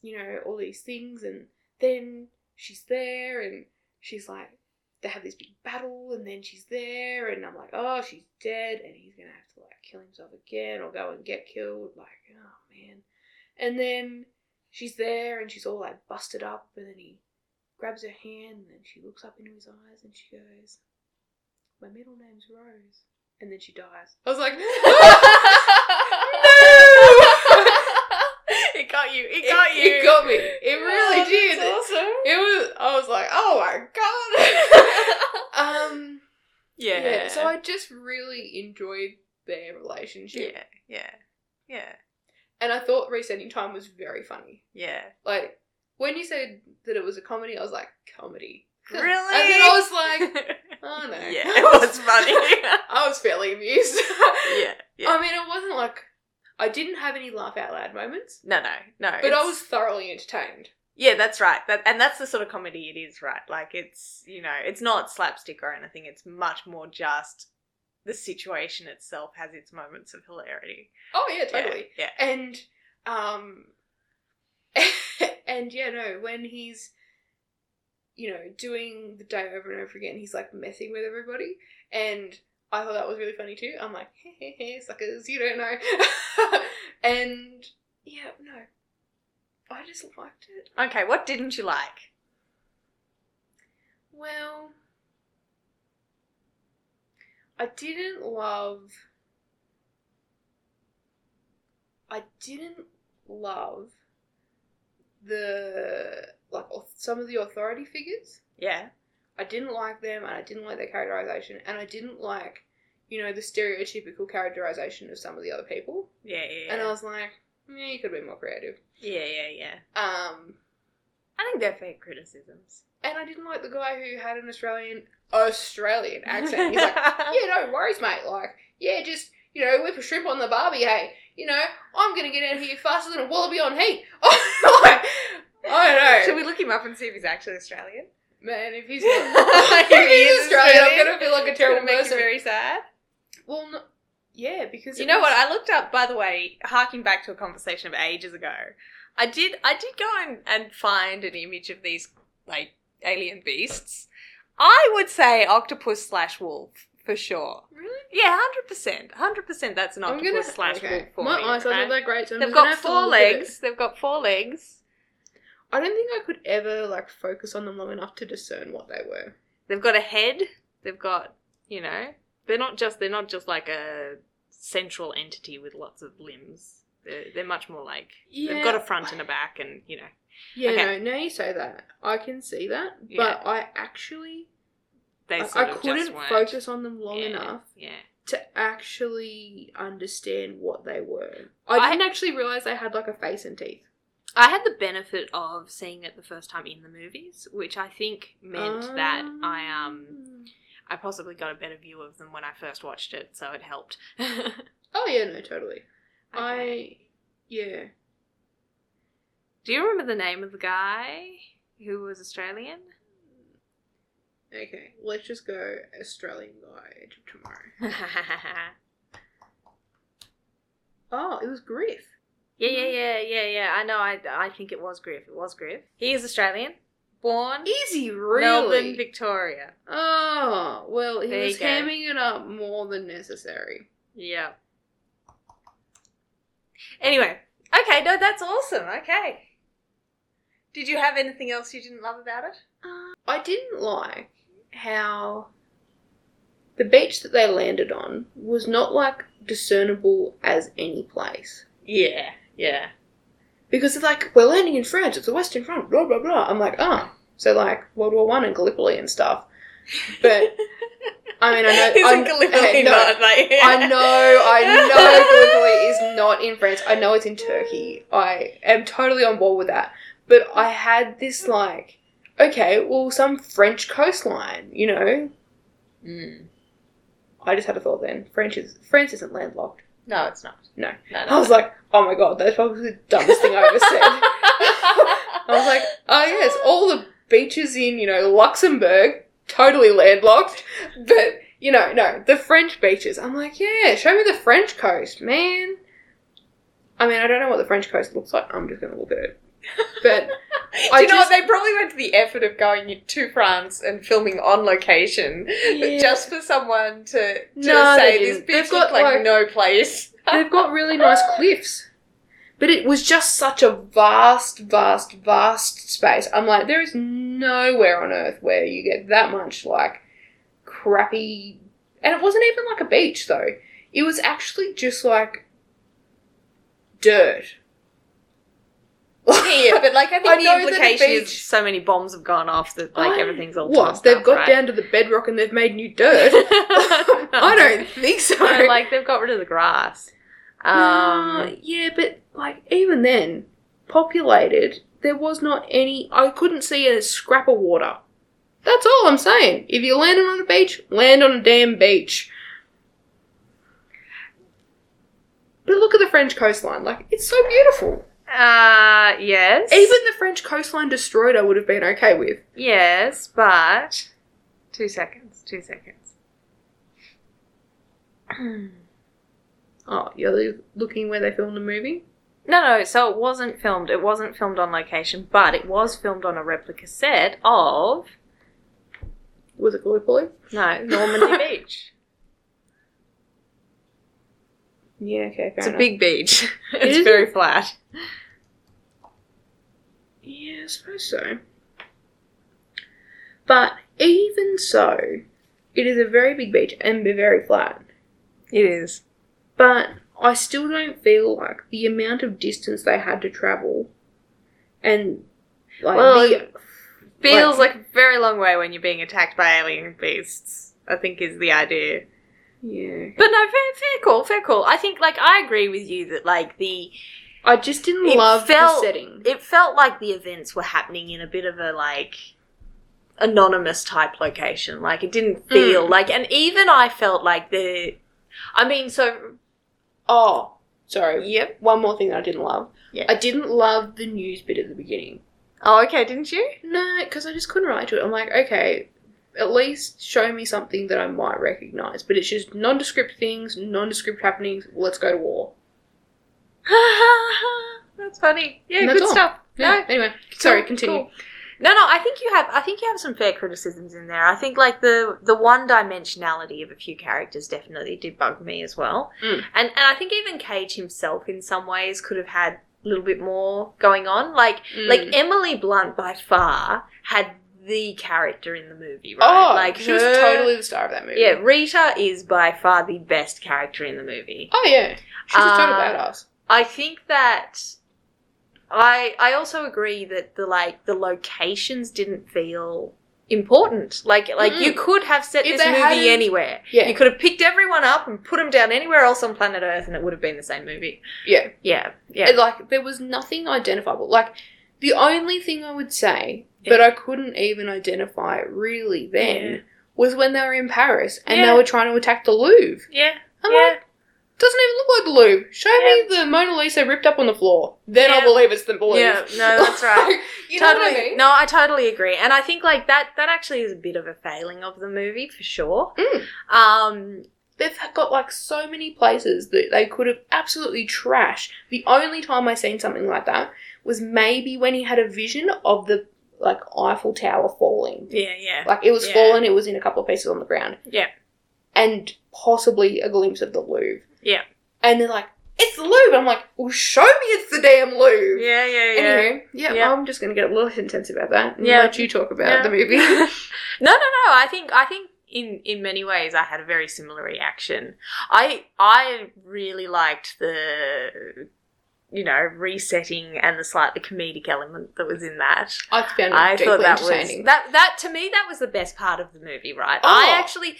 Speaker 2: you know, all these things. And then she's there, and she's like, they have this big battle, and then she's there, and I'm like, oh, she's dead, and he's gonna have to like kill himself again or go and get killed. Like, oh man. And then she's there, and she's all like busted up, and then he grabs her hand, and then she looks up into his eyes, and she goes, "My middle name's Rose," and then she dies. I
Speaker 1: [laughs]
Speaker 2: was like,
Speaker 1: it got you. It
Speaker 2: [laughs] It,
Speaker 1: got you.
Speaker 2: it got Oh, me. It really did.
Speaker 4: awesome.
Speaker 2: It was. I was like, oh [laughs] my god. um.
Speaker 1: yeah.
Speaker 2: Yeah. So I just really enjoyed their relationship.
Speaker 1: yeah. Yeah. Yeah.
Speaker 2: And I thought Resetting Time was very funny.
Speaker 1: Yeah.
Speaker 2: Like, when you said that it was a comedy, I was like, comedy.
Speaker 1: Really?
Speaker 2: [laughs] And then I was like,
Speaker 1: [laughs]
Speaker 2: oh [laughs] no.
Speaker 1: yeah, it was
Speaker 2: [laughs]
Speaker 1: funny.
Speaker 2: I was fairly [laughs] amused.
Speaker 1: yeah. Yeah.
Speaker 2: I mean, it wasn't like. I didn't have any laugh out loud moments,
Speaker 1: no, no, no.
Speaker 2: but I
Speaker 1: it's-
Speaker 2: was thoroughly entertained.
Speaker 1: Yeah, that's right. That and that's the sort of comedy it is, right? Like it's you know, it's not slapstick or anything. It's much more just the situation itself has its moments of hilarity.
Speaker 2: Oh, yeah,
Speaker 1: Yeah,
Speaker 2: totally.
Speaker 1: Yeah.
Speaker 2: And um [laughs] and yeah, no, when he's you know, doing the day over and over again, he's like messing with everybody and I thought that was really funny too. I'm like, hey, hey, hey suckers, you don't know. [laughs] and yeah, no. I just liked it.
Speaker 1: Okay, what didn't you like?
Speaker 2: Well, I didn't love. I didn't love the like auth- some of the authority figures.
Speaker 1: Yeah.
Speaker 2: I didn't like them, and I didn't like their characterization, and I didn't like, you know, the stereotypical characterization of some of the other people.
Speaker 1: Yeah, yeah, yeah.
Speaker 2: And I was like, yeah, you could have been more creative.
Speaker 1: yeah, yeah, yeah.
Speaker 2: Um,
Speaker 1: I think they're fair criticisms.
Speaker 2: and I didn't like the guy who had an Australian Australian
Speaker 1: [laughs]
Speaker 2: accent. He's like, yeah, no worries, mate. Like, yeah, just you know, whip a shrimp on the barbie. Hey, you know, I'm gonna get out of here faster than a wallaby on heat. [laughs] like, I
Speaker 1: Should
Speaker 2: don't know,
Speaker 1: we look him up and see if he's actually Australian?
Speaker 2: man.
Speaker 1: [laughs]
Speaker 2: If he's
Speaker 1: If
Speaker 2: not,
Speaker 1: he
Speaker 2: if he's
Speaker 1: is
Speaker 2: Australian, I'm
Speaker 1: Australian,
Speaker 2: gonna feel like a
Speaker 1: Gonna
Speaker 2: terrible
Speaker 1: make you
Speaker 2: person.
Speaker 1: very sad.
Speaker 2: Well, no, yeah, because
Speaker 1: You
Speaker 2: it
Speaker 1: know
Speaker 2: was-
Speaker 1: what? I looked up, by the way, harking back to a conversation of ages ago. I did, I did go and, and find an image of these like alien beasts. I would say octopus slash wolf for sure.
Speaker 2: really?
Speaker 1: Yeah, hundred percent, hundred percent. That's an octopus slash wolf for
Speaker 2: My
Speaker 1: me.
Speaker 2: eyes aren't
Speaker 1: right?
Speaker 2: that great, so I'm
Speaker 1: They've
Speaker 2: just gonna
Speaker 1: got
Speaker 2: have to
Speaker 1: four
Speaker 2: look at it.
Speaker 1: legs. They've got four legs.
Speaker 2: I don't think I could ever like focus on them long enough to discern what they were.
Speaker 1: They've got a head. They've got you know. They're not just they're not just like a central entity with lots of limbs. They're, they're much more like they've got a front and a back and you know.
Speaker 2: Yeah,
Speaker 1: Okay.
Speaker 2: no, now you say that, I can see that,
Speaker 1: Yeah.
Speaker 2: but I actually
Speaker 1: they
Speaker 2: I,
Speaker 1: sort
Speaker 2: I
Speaker 1: of just
Speaker 2: couldn't
Speaker 1: weren't.
Speaker 2: focus on them long
Speaker 1: Yeah,
Speaker 2: enough
Speaker 1: Yeah.
Speaker 2: to actually understand what they were. I
Speaker 1: I-
Speaker 2: didn't actually realize they had like a face and teeth.
Speaker 1: I had the benefit of seeing it the first time in the movies, which I think meant that I um
Speaker 2: Ah.
Speaker 1: I possibly got a better view of them when I first watched it, so it helped. [laughs]
Speaker 2: Oh yeah, no, totally.
Speaker 1: Okay.
Speaker 2: I yeah.
Speaker 1: Do you remember the name of the guy who was
Speaker 2: [laughs]
Speaker 1: Australian?
Speaker 2: Okay, let's just go Australian guy to tomorrow.
Speaker 1: yeah,
Speaker 2: Oh, it was Griff.
Speaker 1: yeah, yeah, yeah, yeah. I know. I I think it was Griff. It was Griff. He is Australian, born
Speaker 2: Easy, really.
Speaker 1: Melbourne, Victoria.
Speaker 2: oh well, he
Speaker 1: There you
Speaker 2: was
Speaker 1: go.
Speaker 2: hamming it up more than necessary.
Speaker 1: Yeah. Anyway, okay, no, that's awesome. Okay. Did you have anything else you didn't love about it?
Speaker 2: I didn't like how the beach that they landed on was not like discernible as any place.
Speaker 1: Yeah, yeah.
Speaker 2: Because it's like, we're landing in France, it's the Western Front, blah blah blah. I'm like, ah, so like World War One and Gallipoli and stuff. But I mean
Speaker 1: [laughs]
Speaker 2: I know
Speaker 1: He's
Speaker 2: I,
Speaker 1: in Gallipoli,
Speaker 2: hey, no,
Speaker 1: not like. [laughs]
Speaker 2: I know, I know Gallipoli is not in France. I know it's in Turkey. I am totally on board with that. But I had this like, okay, well some French coastline, you know,
Speaker 1: Mm.
Speaker 2: I just had a thought then. French is France isn't landlocked.
Speaker 1: No, it's not.
Speaker 2: No.
Speaker 1: no,
Speaker 2: I was like, oh my god, that's probably the dumbest thing I
Speaker 1: [laughs]
Speaker 2: ever said. I was like, oh yes, all the beaches in you know Luxembourg totally landlocked. But, you know, no, the French beaches. I'm like, yeah, show me the French coast, man. I mean, I don't know what the French coast looks like. I'm just going to look at it. But
Speaker 1: Do
Speaker 2: I
Speaker 1: you know
Speaker 2: just,
Speaker 1: what? They probably went to the effort of going to France and filming on location
Speaker 2: Yeah.
Speaker 1: just for someone to, to
Speaker 2: No,
Speaker 1: say
Speaker 2: they
Speaker 1: this
Speaker 2: didn't. They've
Speaker 1: bitch
Speaker 2: got,
Speaker 1: looked like,
Speaker 2: like-
Speaker 1: no
Speaker 2: [laughs]
Speaker 1: place.
Speaker 2: They've got really nice cliffs. But it was just such a vast, vast, vast space. I'm like, there is nowhere on earth where you get that much, like, crappy. And it wasn't even like a beach, though. It was actually just like dirt.
Speaker 1: yeah,
Speaker 2: [laughs]
Speaker 1: but like I think
Speaker 2: I know
Speaker 1: the
Speaker 2: that the
Speaker 1: implication
Speaker 2: beach-
Speaker 1: is so many bombs have gone off that like
Speaker 2: I-
Speaker 1: everything's all
Speaker 2: What?
Speaker 1: tossed
Speaker 2: They've
Speaker 1: up,
Speaker 2: got
Speaker 1: right? [laughs]
Speaker 2: down to the bedrock and they've made new dirt. [laughs] I don't think so.
Speaker 1: No, like they've got rid of the grass.
Speaker 2: Um,
Speaker 1: Um,
Speaker 2: yeah, but like even then, populated, there was not any. I couldn't see a scrap of water. That's all I'm saying. If you're landing on a beach, land on a damn beach. But look at the French coastline. Like it's so beautiful.
Speaker 1: uh, yes.
Speaker 2: Even the French coastline destroyed, I would have been okay with.
Speaker 1: Yes, but two seconds, two seconds. [clears throat]
Speaker 2: Oh, you're looking where they filmed the movie.
Speaker 1: No, no, so it wasn't filmed. It wasn't filmed on location, but it was filmed on a replica set of
Speaker 2: Was it Gallipoli?
Speaker 1: no, [laughs] Normandy Beach.
Speaker 2: Yeah, okay, fair
Speaker 1: It's a
Speaker 2: enough.
Speaker 1: big beach. [laughs] It's
Speaker 2: is?
Speaker 1: very flat.
Speaker 2: Yeah, I suppose so. But even so, it is a very big beach and very flat.
Speaker 1: It is.
Speaker 2: But I still don't feel like the amount of distance they had to travel and like
Speaker 1: Well,
Speaker 2: the,
Speaker 1: Feels like a very long way when you're being attacked by alien beasts. I think is the idea.
Speaker 2: yeah.
Speaker 1: But no, fair, fair call, fair call. I think, like, I agree with you that, like, the
Speaker 2: I just didn't
Speaker 1: It
Speaker 2: love
Speaker 1: felt-
Speaker 2: the setting.
Speaker 1: it felt like the events were happening in a bit of a like anonymous type location. Like, it didn't feel
Speaker 2: Mm.
Speaker 1: like, and even I felt like the, I mean, so
Speaker 2: oh, sorry.
Speaker 1: yep.
Speaker 2: One more thing that I didn't love.
Speaker 1: Yeah.
Speaker 2: I didn't love the news bit at the beginning.
Speaker 1: Oh, okay, didn't you? [laughs]
Speaker 2: No, because I just couldn't relate to it. I'm like, okay, at least show me something that I might recognize. But it's just nondescript things, nondescript happenings. Let's go to war.
Speaker 1: That's funny. Yeah,
Speaker 2: And that's
Speaker 1: good
Speaker 2: all.
Speaker 1: stuff.
Speaker 2: Yeah.
Speaker 1: No,
Speaker 2: Anyway, sorry.
Speaker 1: Cool,
Speaker 2: Continue.
Speaker 1: cool. No, no, I think you have. I think you have some fair criticisms in there. I think like the the one dimensionality of a few characters definitely did bug me as well.
Speaker 2: Mm.
Speaker 1: And and I think even Cage himself in some ways could have had a little bit more going on. Like
Speaker 2: Mm.
Speaker 1: like Emily Blunt by far had the character in the movie, right?
Speaker 2: oh,
Speaker 1: like
Speaker 2: she was
Speaker 1: her-
Speaker 2: totally the star of that movie.
Speaker 1: Yeah, Rita is by far the best character in the movie.
Speaker 2: Oh yeah, she's a total
Speaker 1: Uh,
Speaker 2: badass.
Speaker 1: I think that I I also agree that the like the locations didn't feel important. Like like you
Speaker 2: Mm.
Speaker 1: could have set
Speaker 2: If
Speaker 1: this
Speaker 2: they
Speaker 1: movie
Speaker 2: hadn't-
Speaker 1: anywhere.
Speaker 2: Yeah,
Speaker 1: You could have picked everyone up and put them down anywhere else on planet Earth, and it would have been the same movie.
Speaker 2: yeah.
Speaker 1: Yeah, yeah.
Speaker 2: It, like there was nothing identifiable. Like the only thing I would say,
Speaker 1: Yeah.
Speaker 2: but I couldn't even identify it really then,
Speaker 1: Yeah.
Speaker 2: was when they were in Paris and
Speaker 1: Yeah.
Speaker 2: they were trying to attack the Louvre.
Speaker 1: yeah,
Speaker 2: I'm
Speaker 1: yeah.
Speaker 2: like, doesn't even look like the Louvre. Show me the Mona Lisa ripped up on the floor. Then
Speaker 1: Yeah.
Speaker 2: I'll believe it's the Louvre.
Speaker 1: Yeah, no,
Speaker 2: [laughs]
Speaker 1: that's right.
Speaker 2: you know
Speaker 1: totally.
Speaker 2: what I mean?
Speaker 1: No, I totally agree, and I think like that that actually is a bit of a failing of the movie for sure.
Speaker 2: Mm.
Speaker 1: Um,
Speaker 2: They've got like so many places that they could have absolutely trashed. The only time I seen something like that was maybe when he had a vision of the like Eiffel Tower falling.
Speaker 1: yeah, yeah,
Speaker 2: Like it was
Speaker 1: Yeah.
Speaker 2: fallen, it was in a couple of pieces on the ground.
Speaker 1: Yeah.
Speaker 2: And possibly a glimpse of the Louvre.
Speaker 1: Yeah.
Speaker 2: And they're like, it's the Louvre. I'm like, well, show me it's the damn Louvre.
Speaker 1: yeah, yeah, yeah.
Speaker 2: Anywho, yeah,
Speaker 1: Yeah.
Speaker 2: I'm just going to get a little intense about that and
Speaker 1: Yeah.
Speaker 2: let you talk about
Speaker 1: Yeah. [laughs]
Speaker 2: the movie. [laughs]
Speaker 1: no, no, no. I think I think in in many ways I had a very similar reaction. I I really liked the you know resetting and the slightly comedic element that was in that.
Speaker 2: I found it
Speaker 1: I
Speaker 2: deeply
Speaker 1: thought that was
Speaker 2: entertaining.
Speaker 1: that that to me that was the best part of the movie, right?
Speaker 2: Oh.
Speaker 1: I actually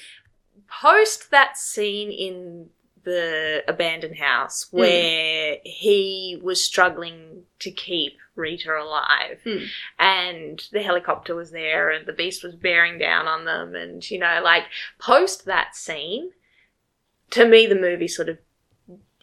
Speaker 1: post that scene in the abandoned house
Speaker 2: Mm.
Speaker 1: where he was struggling to keep Rita alive
Speaker 2: Mm.
Speaker 1: and the helicopter was there and the beast was bearing down on them and you know like post that scene to me the movie sort of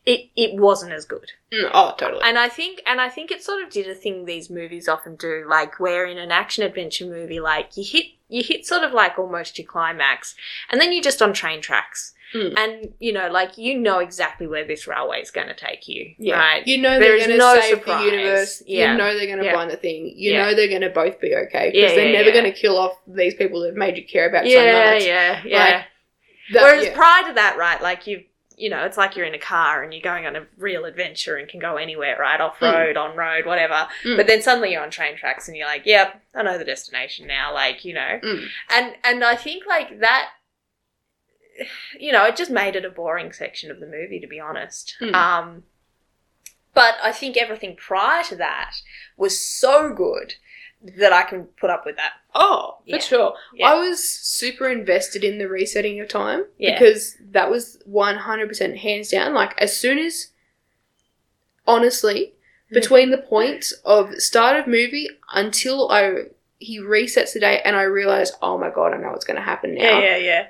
Speaker 1: it, it wasn't as good
Speaker 2: Mm, oh, totally.
Speaker 1: and I think and I think it sort of did a thing these movies often do, like where in an action adventure movie, like you hit you hit sort of like almost your climax, and then you're just on train tracks,
Speaker 2: Mm.
Speaker 1: and you know, like you know exactly where this railway is going to take you,
Speaker 2: Yeah.
Speaker 1: right?
Speaker 2: You know
Speaker 1: There
Speaker 2: they're
Speaker 1: is
Speaker 2: going to
Speaker 1: no
Speaker 2: save
Speaker 1: surprise.
Speaker 2: the universe.
Speaker 1: Yeah.
Speaker 2: You know they're going to
Speaker 1: Yeah.
Speaker 2: find the thing. You
Speaker 1: Yeah.
Speaker 2: know they're going to both be okay because
Speaker 1: Yeah,
Speaker 2: they're
Speaker 1: yeah,
Speaker 2: never
Speaker 1: yeah.
Speaker 2: going to kill off these people that made you care about so
Speaker 1: yeah,
Speaker 2: much.
Speaker 1: yeah, yeah.
Speaker 2: That-
Speaker 1: Whereas
Speaker 2: yeah.
Speaker 1: prior to that, right, like you you know, it's like you're in a car and you're going on a real adventure and can go anywhere, right? Off road, on road, whatever.
Speaker 2: Mm.
Speaker 1: But then suddenly you're on train tracks and you're like, Yep, I know the destination now, like, you know.
Speaker 2: Mm.
Speaker 1: And and I think like that you know, it just made it a boring section of the movie to be honest.
Speaker 2: Mm.
Speaker 1: Um but I think everything prior to that was so good that I can put up with that.
Speaker 2: Oh, for
Speaker 1: Yeah.
Speaker 2: sure.
Speaker 1: Yeah.
Speaker 2: I was super invested in the resetting of time
Speaker 1: Yeah.
Speaker 2: because that was 100% hands down. Like, as soon as, honestly,
Speaker 1: Hmm.
Speaker 2: between the points of start of movie until I he resets the day and I realize, oh my god, I know what's going to happen now.
Speaker 1: yeah, yeah.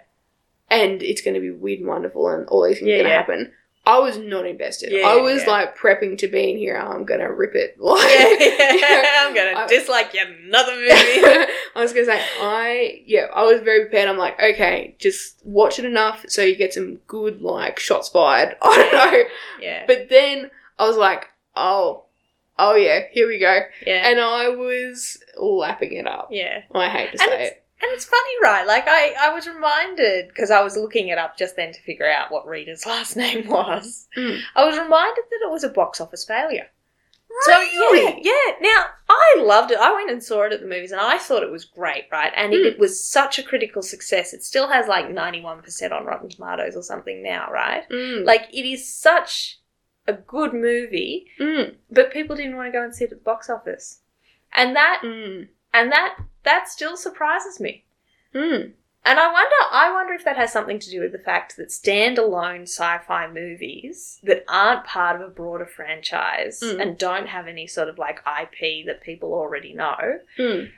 Speaker 2: And it's going to be weird and wonderful and all these things
Speaker 1: Yeah,
Speaker 2: are going to
Speaker 1: yeah.
Speaker 2: happen. I was not invested.
Speaker 1: Yeah,
Speaker 2: I
Speaker 1: yeah,
Speaker 2: was
Speaker 1: yeah.
Speaker 2: like prepping to be in here. I'm going to rip it. [laughs] Like,
Speaker 1: [laughs] I'm gonna
Speaker 2: I-
Speaker 1: dislike yet another
Speaker 2: [laughs]
Speaker 1: movie.
Speaker 2: I was gonna say I yeah I was very prepared. I'm like okay, just watch it enough so you get some good like shots fired. [laughs] I don't know,
Speaker 1: yeah,
Speaker 2: but then I was like oh oh yeah here we go,
Speaker 1: yeah,
Speaker 2: and I was lapping it up.
Speaker 1: yeah.
Speaker 2: I hate to
Speaker 1: And
Speaker 2: say
Speaker 1: it's-
Speaker 2: it.
Speaker 1: And it's funny, right? Like I, I was reminded because I was looking it up just then to figure out what Rita's [laughs] last name was.
Speaker 2: Mm.
Speaker 1: I was reminded that it was a box office failure. So yeah,
Speaker 2: Really?
Speaker 1: yeah. Now I loved it. I went and saw it at the movies, and I thought it was great, right? And it,
Speaker 2: Mm.
Speaker 1: it was such a critical success. It still has like ninety-one percent on Rotten Tomatoes or something now, right?
Speaker 2: Mm,
Speaker 1: Like it is such a good movie,
Speaker 2: mm,
Speaker 1: but people didn't want to go and see it at the box office, and that
Speaker 2: mm,
Speaker 1: and that that still surprises me.
Speaker 2: mm.
Speaker 1: And I wonder, I wonder if that has something to do with the fact that standalone sci-fi movies that aren't part of a broader franchise
Speaker 2: Mm.
Speaker 1: and don't have any sort of like IP that people already know
Speaker 2: mm.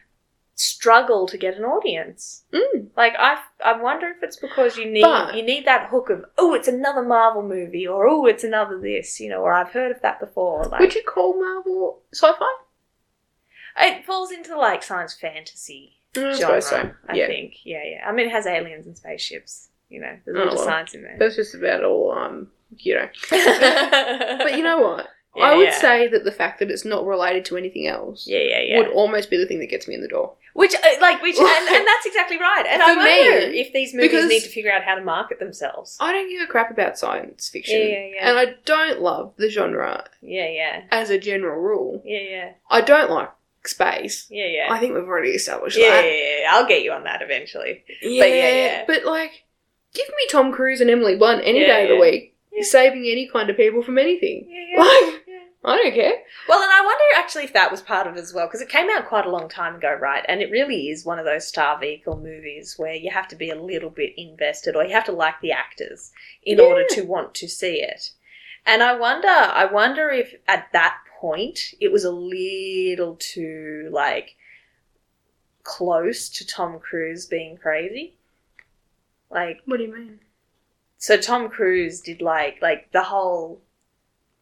Speaker 1: struggle to get an audience.
Speaker 2: Mm.
Speaker 1: Like I, I wonder if it's because you need
Speaker 2: But-
Speaker 1: you need that hook of oh, it's another Marvel movie or oh, it's another this, you know, or I've heard of that before. Like
Speaker 2: Would you call Marvel sci-fi?
Speaker 1: it falls into like science fantasy
Speaker 2: Mm, I
Speaker 1: genre.
Speaker 2: suppose so.
Speaker 1: I
Speaker 2: Yeah,
Speaker 1: think, yeah, yeah. I mean, it has aliens and spaceships. You know, there's a
Speaker 2: Oh,
Speaker 1: lot of
Speaker 2: well.
Speaker 1: science in there. [laughs]
Speaker 2: that's just about all. Um, you know.
Speaker 1: but
Speaker 2: But you know what?
Speaker 1: Yeah,
Speaker 2: I would
Speaker 1: yeah.
Speaker 2: say that the fact that it's not related to anything else
Speaker 1: yeah, yeah, yeah.
Speaker 2: would almost be the thing that gets me in the door.
Speaker 1: which, uh, like,
Speaker 2: [laughs]
Speaker 1: which, and, and that's exactly right. And I
Speaker 2: For
Speaker 1: wonder
Speaker 2: me,
Speaker 1: if these movies
Speaker 2: because-
Speaker 1: need to figure out how to market themselves.
Speaker 2: I don't give a crap about science
Speaker 1: Yeah,
Speaker 2: fiction.
Speaker 1: yeah, yeah,
Speaker 2: And I don't love the genre
Speaker 1: yeah, yeah,
Speaker 2: as a general rule.
Speaker 1: yeah, yeah,
Speaker 2: I don't like space.
Speaker 1: yeah, yeah.
Speaker 2: I think we've already established
Speaker 1: Yeah, yeah,
Speaker 2: that.
Speaker 1: yeah, yeah. I'll get you on that eventually.
Speaker 2: Yeah,
Speaker 1: yeah, yeah.
Speaker 2: But like, give me Tom Cruise and Emily Blunt any
Speaker 1: Yeah,
Speaker 2: day of the
Speaker 1: yeah.
Speaker 2: week,
Speaker 1: Yeah.
Speaker 2: saving any kind of people from anything.
Speaker 1: Yeah, yeah,
Speaker 2: Like-
Speaker 1: yeah.
Speaker 2: I don't care.
Speaker 1: Well, and I wonder actually if that was part of it as well, because it came out quite a long time ago, right? And it really is one of those star vehicle movies where you have to be a little bit invested or you have to like the actors in
Speaker 2: Yeah.
Speaker 1: order to want to see it. And I wonder, I wonder if at that point it was a little too, like, close to Tom Cruise being crazy. Like,
Speaker 2: What do you [laughs] mean?
Speaker 1: so Tom Cruise did like like the whole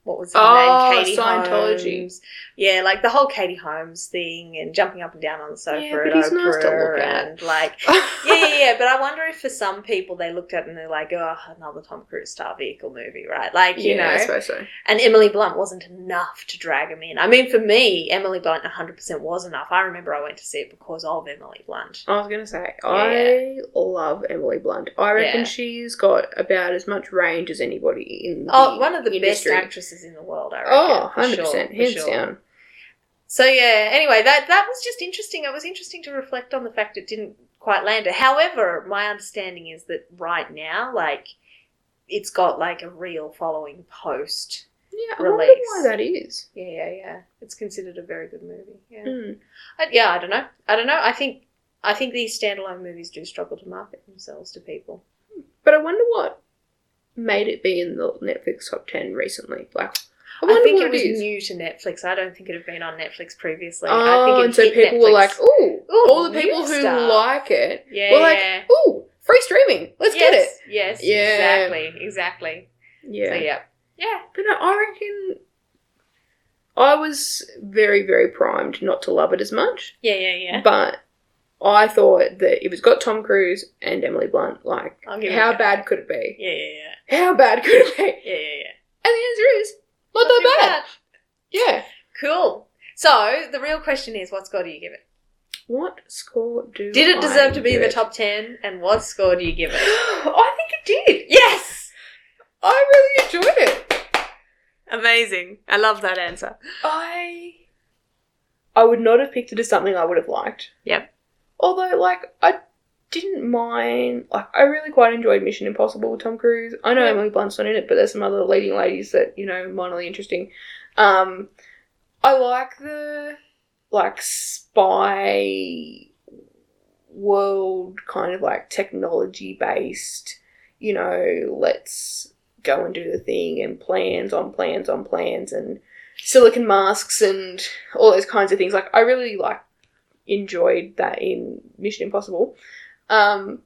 Speaker 1: what was her
Speaker 2: Oh,
Speaker 1: name? Katie
Speaker 2: Scientology.
Speaker 1: Holmes. Yeah, like the whole Katie Holmes thing and jumping up and down on the sofa
Speaker 2: Yeah, but
Speaker 1: at
Speaker 2: he's nice to
Speaker 1: Oprah
Speaker 2: look at.
Speaker 1: and like yeah, yeah, yeah. But I wonder if for some people they looked at it and they're like, oh, another Tom Cruise star vehicle movie, right? Like you
Speaker 2: Yeah, I
Speaker 1: know,
Speaker 2: suppose so.
Speaker 1: and Emily Blunt wasn't enough to drag him in. I mean, for me, Emily Blunt 100 percent was enough. I remember I went to see it because of Emily Blunt.
Speaker 2: I was gonna say,
Speaker 1: Yeah.
Speaker 2: I love Emily Blunt. I reckon
Speaker 1: Yeah.
Speaker 2: she's got about as much range as anybody in the
Speaker 1: Oh, one of the
Speaker 2: industry.
Speaker 1: best actresses in the world, I reckon.
Speaker 2: Oh,
Speaker 1: for
Speaker 2: 100
Speaker 1: sure,
Speaker 2: percent,
Speaker 1: for
Speaker 2: hands
Speaker 1: sure.
Speaker 2: down.
Speaker 1: So yeah, anyway, that that was just interesting. It was interesting to reflect on the fact it didn't quite land it. However, my understanding is that right now, like it's got like a real following post.
Speaker 2: Yeah, I
Speaker 1: Release.
Speaker 2: wonder why that is.
Speaker 1: Yeah, yeah, yeah. It's considered a very good movie. Yeah.
Speaker 2: Mm.
Speaker 1: I, yeah, I don't know. I don't know. I think I think these standalone movies do struggle to market themselves to people.
Speaker 2: But I wonder what made it be in the Netflix top ten recently. Like,
Speaker 1: I,
Speaker 2: I wonder
Speaker 1: think
Speaker 2: what
Speaker 1: it was
Speaker 2: is.
Speaker 1: new to Netflix. I don't think it had been on Netflix previously.
Speaker 2: oh,
Speaker 1: I think it
Speaker 2: and so
Speaker 1: hit
Speaker 2: people
Speaker 1: Netflix.
Speaker 2: were like, "Ooh,
Speaker 1: Ooh,
Speaker 2: all the
Speaker 1: new
Speaker 2: people who
Speaker 1: stuff."
Speaker 2: like it
Speaker 1: yeah,
Speaker 2: were like,
Speaker 1: yeah.
Speaker 2: ooh, free streaming. Let's get it."
Speaker 1: Yes,
Speaker 2: Yeah.
Speaker 1: exactly, exactly.
Speaker 2: Yeah,
Speaker 1: So yeah, yeah.
Speaker 2: But no, I reckon I was very, very primed not to love it as much.
Speaker 1: Yeah, yeah, yeah.
Speaker 2: But I thought that if it's got Tom Cruise and Emily Blunt, like,
Speaker 1: I'll give it
Speaker 2: how
Speaker 1: a go.
Speaker 2: bad could it be?
Speaker 1: Yeah, yeah,
Speaker 2: How bad could it be? And
Speaker 1: yeah, yeah, yeah, yeah.
Speaker 2: the answer is not,
Speaker 1: Not
Speaker 2: that
Speaker 1: too
Speaker 2: bad. Yeah.
Speaker 1: Cool. So the real question is, what score do you give it?
Speaker 2: What score do
Speaker 1: Did it deserve
Speaker 2: I
Speaker 1: to be in
Speaker 2: give
Speaker 1: the
Speaker 2: it?
Speaker 1: top ten, and what score do you give it?
Speaker 2: [gasps] I think it did.
Speaker 1: [laughs] Yes.
Speaker 2: I really enjoyed it.
Speaker 1: Amazing. I love that answer.
Speaker 2: I I would not have picked it as something I would have liked.
Speaker 1: Yep.
Speaker 2: Although, like, I didn't mind. Like, I really quite enjoyed Mission Impossible with Tom Cruise. I know
Speaker 1: Yeah.
Speaker 2: Emily Blunt's not in it, but there's some other leading ladies that you know minorly interesting. Um, I like the like spy world kind of like technology based. You know, let's go and do the thing and plans on plans on plans and silicon masks and all those kinds of things. Like I really like enjoyed that in Mission Impossible. Um,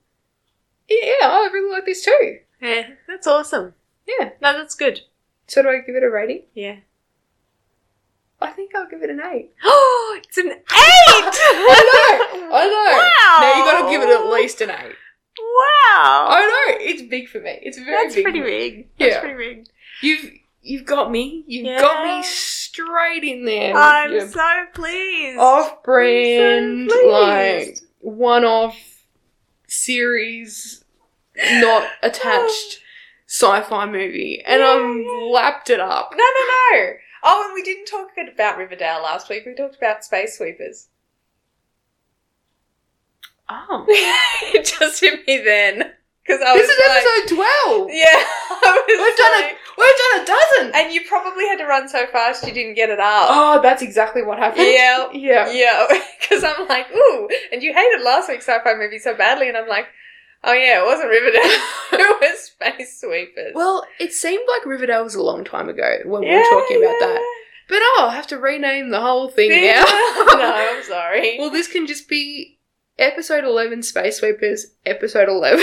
Speaker 2: yeah, I really like this too.
Speaker 1: Yeah, that's awesome.
Speaker 2: Yeah.
Speaker 1: No, that's good.
Speaker 2: So do I give it a rating?
Speaker 1: Yeah.
Speaker 2: I think I'll give it an eight.
Speaker 1: Oh, [gasps] it's an eight. [laughs] I
Speaker 2: know, I know.
Speaker 1: Wow.
Speaker 2: No, you got to give it at least an eight.
Speaker 1: Wow.
Speaker 2: I know it's big for me. It's very
Speaker 1: that's
Speaker 2: big.
Speaker 1: pretty
Speaker 2: for me.
Speaker 1: Oh, big.
Speaker 2: Yeah.
Speaker 1: That's pretty big.
Speaker 2: You've you've got me. You've got
Speaker 1: Yeah.
Speaker 2: me straight in there. with
Speaker 1: I'm
Speaker 2: your
Speaker 1: so pleased.
Speaker 2: off-brand,
Speaker 1: so
Speaker 2: like
Speaker 1: pleased.
Speaker 2: one-off series,
Speaker 1: [sighs]
Speaker 2: not attached sci-fi movie, and
Speaker 1: Yeah,
Speaker 2: I'm lapped it up.
Speaker 1: No, no, no. Oh, and we didn't talk about Riverdale last week. We talked about Space
Speaker 2: [laughs]
Speaker 1: Sweepers.
Speaker 2: Oh.
Speaker 1: it just hit me then. Because I was
Speaker 2: This is
Speaker 1: like,
Speaker 2: episode twelve.
Speaker 1: Yeah. [laughs] I was
Speaker 2: We've done
Speaker 1: like,
Speaker 2: it. We've done a dozen.
Speaker 1: And you probably had to run so fast you didn't get it up.
Speaker 2: Oh, that's exactly what happened.
Speaker 1: Yeah.
Speaker 2: [laughs] Oh, Yeah.
Speaker 1: Yeah, [laughs] because I'm like, ooh, and you hated last week's sci-fi movie so badly, and I'm like, oh yeah, it wasn't Riverdale, [laughs] it was Space Sweepers.
Speaker 2: Well, it seemed like Riverdale was a long time ago when we were talking about that. But oh, I'll have to rename the whole thing
Speaker 1: Yeah.
Speaker 2: now. [laughs]
Speaker 1: [laughs] no, I'm sorry.
Speaker 2: Well, this can just be episode 11 Space Sweepers, episode [laughs] 11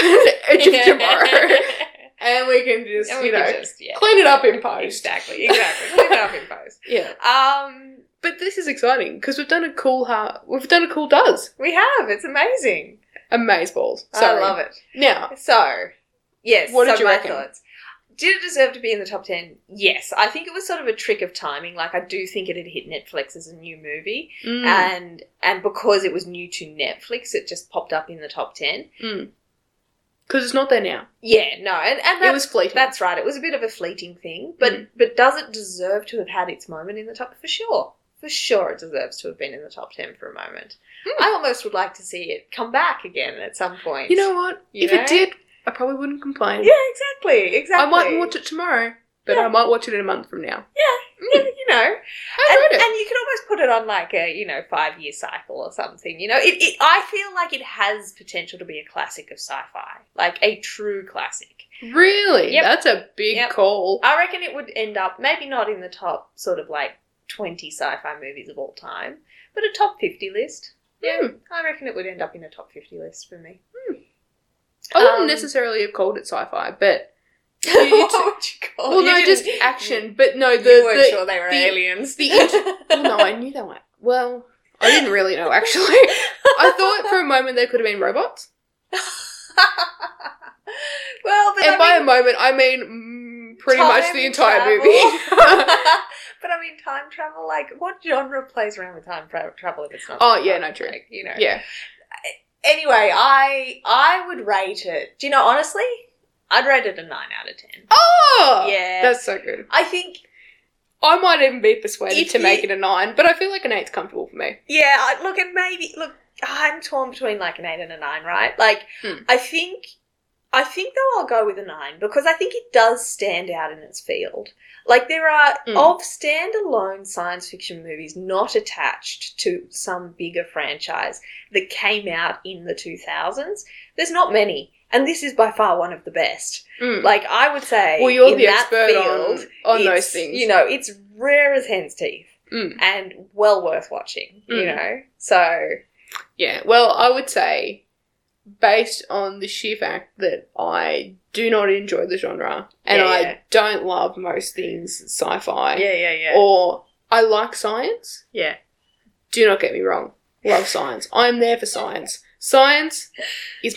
Speaker 2: Edge
Speaker 1: [laughs]
Speaker 2: of Tomorrow. And we can just,
Speaker 1: and we
Speaker 2: you know,
Speaker 1: can just yeah,
Speaker 2: clean it up in post.
Speaker 1: exactly, exactly, clean it up in post.
Speaker 2: Yeah.
Speaker 1: Um,
Speaker 2: But this is exciting because we've done a cool ha- we've done a cool does.
Speaker 1: we have. It's amazing.
Speaker 2: Amaze balls.
Speaker 1: I love it.
Speaker 2: Now,
Speaker 1: So, yes.
Speaker 2: What
Speaker 1: so
Speaker 2: did you
Speaker 1: my
Speaker 2: reckon?
Speaker 1: Thoughts. Did it deserve to be in the top 10? Yes. I think it was sort of a trick of timing. Like, I do think it had hit Netflix as a new movie.
Speaker 2: mm,
Speaker 1: And and because it was new to Netflix, it just popped up in the top 10.
Speaker 2: cuz it's not there now.
Speaker 1: Yeah, no. And, and
Speaker 2: It
Speaker 1: that,
Speaker 2: was fleeting.
Speaker 1: that's right. It was a bit of a fleeting thing. But,
Speaker 2: Mm.
Speaker 1: but does it deserve to have had its moment in the top? For sure. For sure, it deserves to have been in the top 10 for a moment.
Speaker 2: Mm.
Speaker 1: I almost would like to see it come back again at some point.
Speaker 2: you know what?
Speaker 1: You
Speaker 2: if
Speaker 1: know?
Speaker 2: it did, I probably wouldn't complain.
Speaker 1: [laughs] Yeah, exactly. Exactly.
Speaker 2: I might watch it tomorrow, but
Speaker 1: Yeah.
Speaker 2: I might watch it in a month from now.
Speaker 1: Yeah, Mm, you know.
Speaker 2: [laughs] I
Speaker 1: and,
Speaker 2: enjoyed it.
Speaker 1: and you can almost put it on like a you know five year cycle or something. You know, it, it. I feel like it has potential to be a classic of sci-fi, like a true classic.
Speaker 2: Really?
Speaker 1: Yep.
Speaker 2: That's a big
Speaker 1: Yep.
Speaker 2: call.
Speaker 1: I reckon it would end up maybe not in the top sort of like twenty sci-fi movies of all time, but a top fifty list. Yeah,
Speaker 2: Hmm.
Speaker 1: I reckon it would end up in a top fifty list for
Speaker 2: [laughs]
Speaker 1: me.
Speaker 2: I wouldn't
Speaker 1: Um,
Speaker 2: necessarily have called it sci-fi, but
Speaker 1: [laughs]
Speaker 2: [laughs]
Speaker 1: what would you call?
Speaker 2: well,
Speaker 1: it?
Speaker 2: no,
Speaker 1: You
Speaker 2: just
Speaker 1: didn't-
Speaker 2: action. But no, the,
Speaker 1: you weren't
Speaker 2: the
Speaker 1: sure they were
Speaker 2: the-
Speaker 1: aliens. [laughs]
Speaker 2: the inter- [laughs] well, no, I knew that one. Well, I didn't really know actually.
Speaker 1: [laughs]
Speaker 2: I thought for a moment they could have been robots,
Speaker 1: well, but
Speaker 2: and
Speaker 1: I
Speaker 2: by
Speaker 1: mean,
Speaker 2: a moment I mean mm, pretty much
Speaker 1: time
Speaker 2: the entire
Speaker 1: travel. [laughs]
Speaker 2: movie. [laughs]
Speaker 1: but I mean, time travel. Like, what genre plays around with time tra- travel if it's not?
Speaker 2: Oh,
Speaker 1: sci-fi?
Speaker 2: yeah, no, true.
Speaker 1: Like, you know.
Speaker 2: yeah,
Speaker 1: Anyway, I I would rate it. Do you know honestly? I'd rate it a nine out of ten.
Speaker 2: oh,
Speaker 1: yeah.
Speaker 2: that's so good.
Speaker 1: I think.
Speaker 2: I might even be persuaded
Speaker 1: If
Speaker 2: to
Speaker 1: you-
Speaker 2: make it a nine, but I feel like an eight's comfortable for me.
Speaker 1: Yeah. I, look, and maybe look. I'm torn between like an eight and a nine, right? Like,
Speaker 2: Hmm.
Speaker 1: I think. I think though I'll go with a nine because I think it does stand out in its field. Like there are
Speaker 2: Hmm.
Speaker 1: of standalone science fiction movies not attached to some bigger franchise that came out in the 2000s. There's not many, and this is by far one of the best.
Speaker 2: Mm.
Speaker 1: Like I would say,
Speaker 2: well, you're
Speaker 1: in
Speaker 2: the
Speaker 1: that
Speaker 2: expert
Speaker 1: field,
Speaker 2: on on those
Speaker 1: it's,
Speaker 2: things.
Speaker 1: You know, it's rare as hen's teeth
Speaker 2: Mm.
Speaker 1: and well worth watching. You
Speaker 2: Mm.
Speaker 1: know, so
Speaker 2: Yeah, well, I would say, based on the sheer fact that I do not enjoy the genre and
Speaker 1: Yeah, yeah.
Speaker 2: I don't love most things sci fi, [laughs]
Speaker 1: yeah, yeah, yeah,
Speaker 2: or I like science,
Speaker 1: yeah.
Speaker 2: do not get me wrong. Love science. I'm there for science. Science is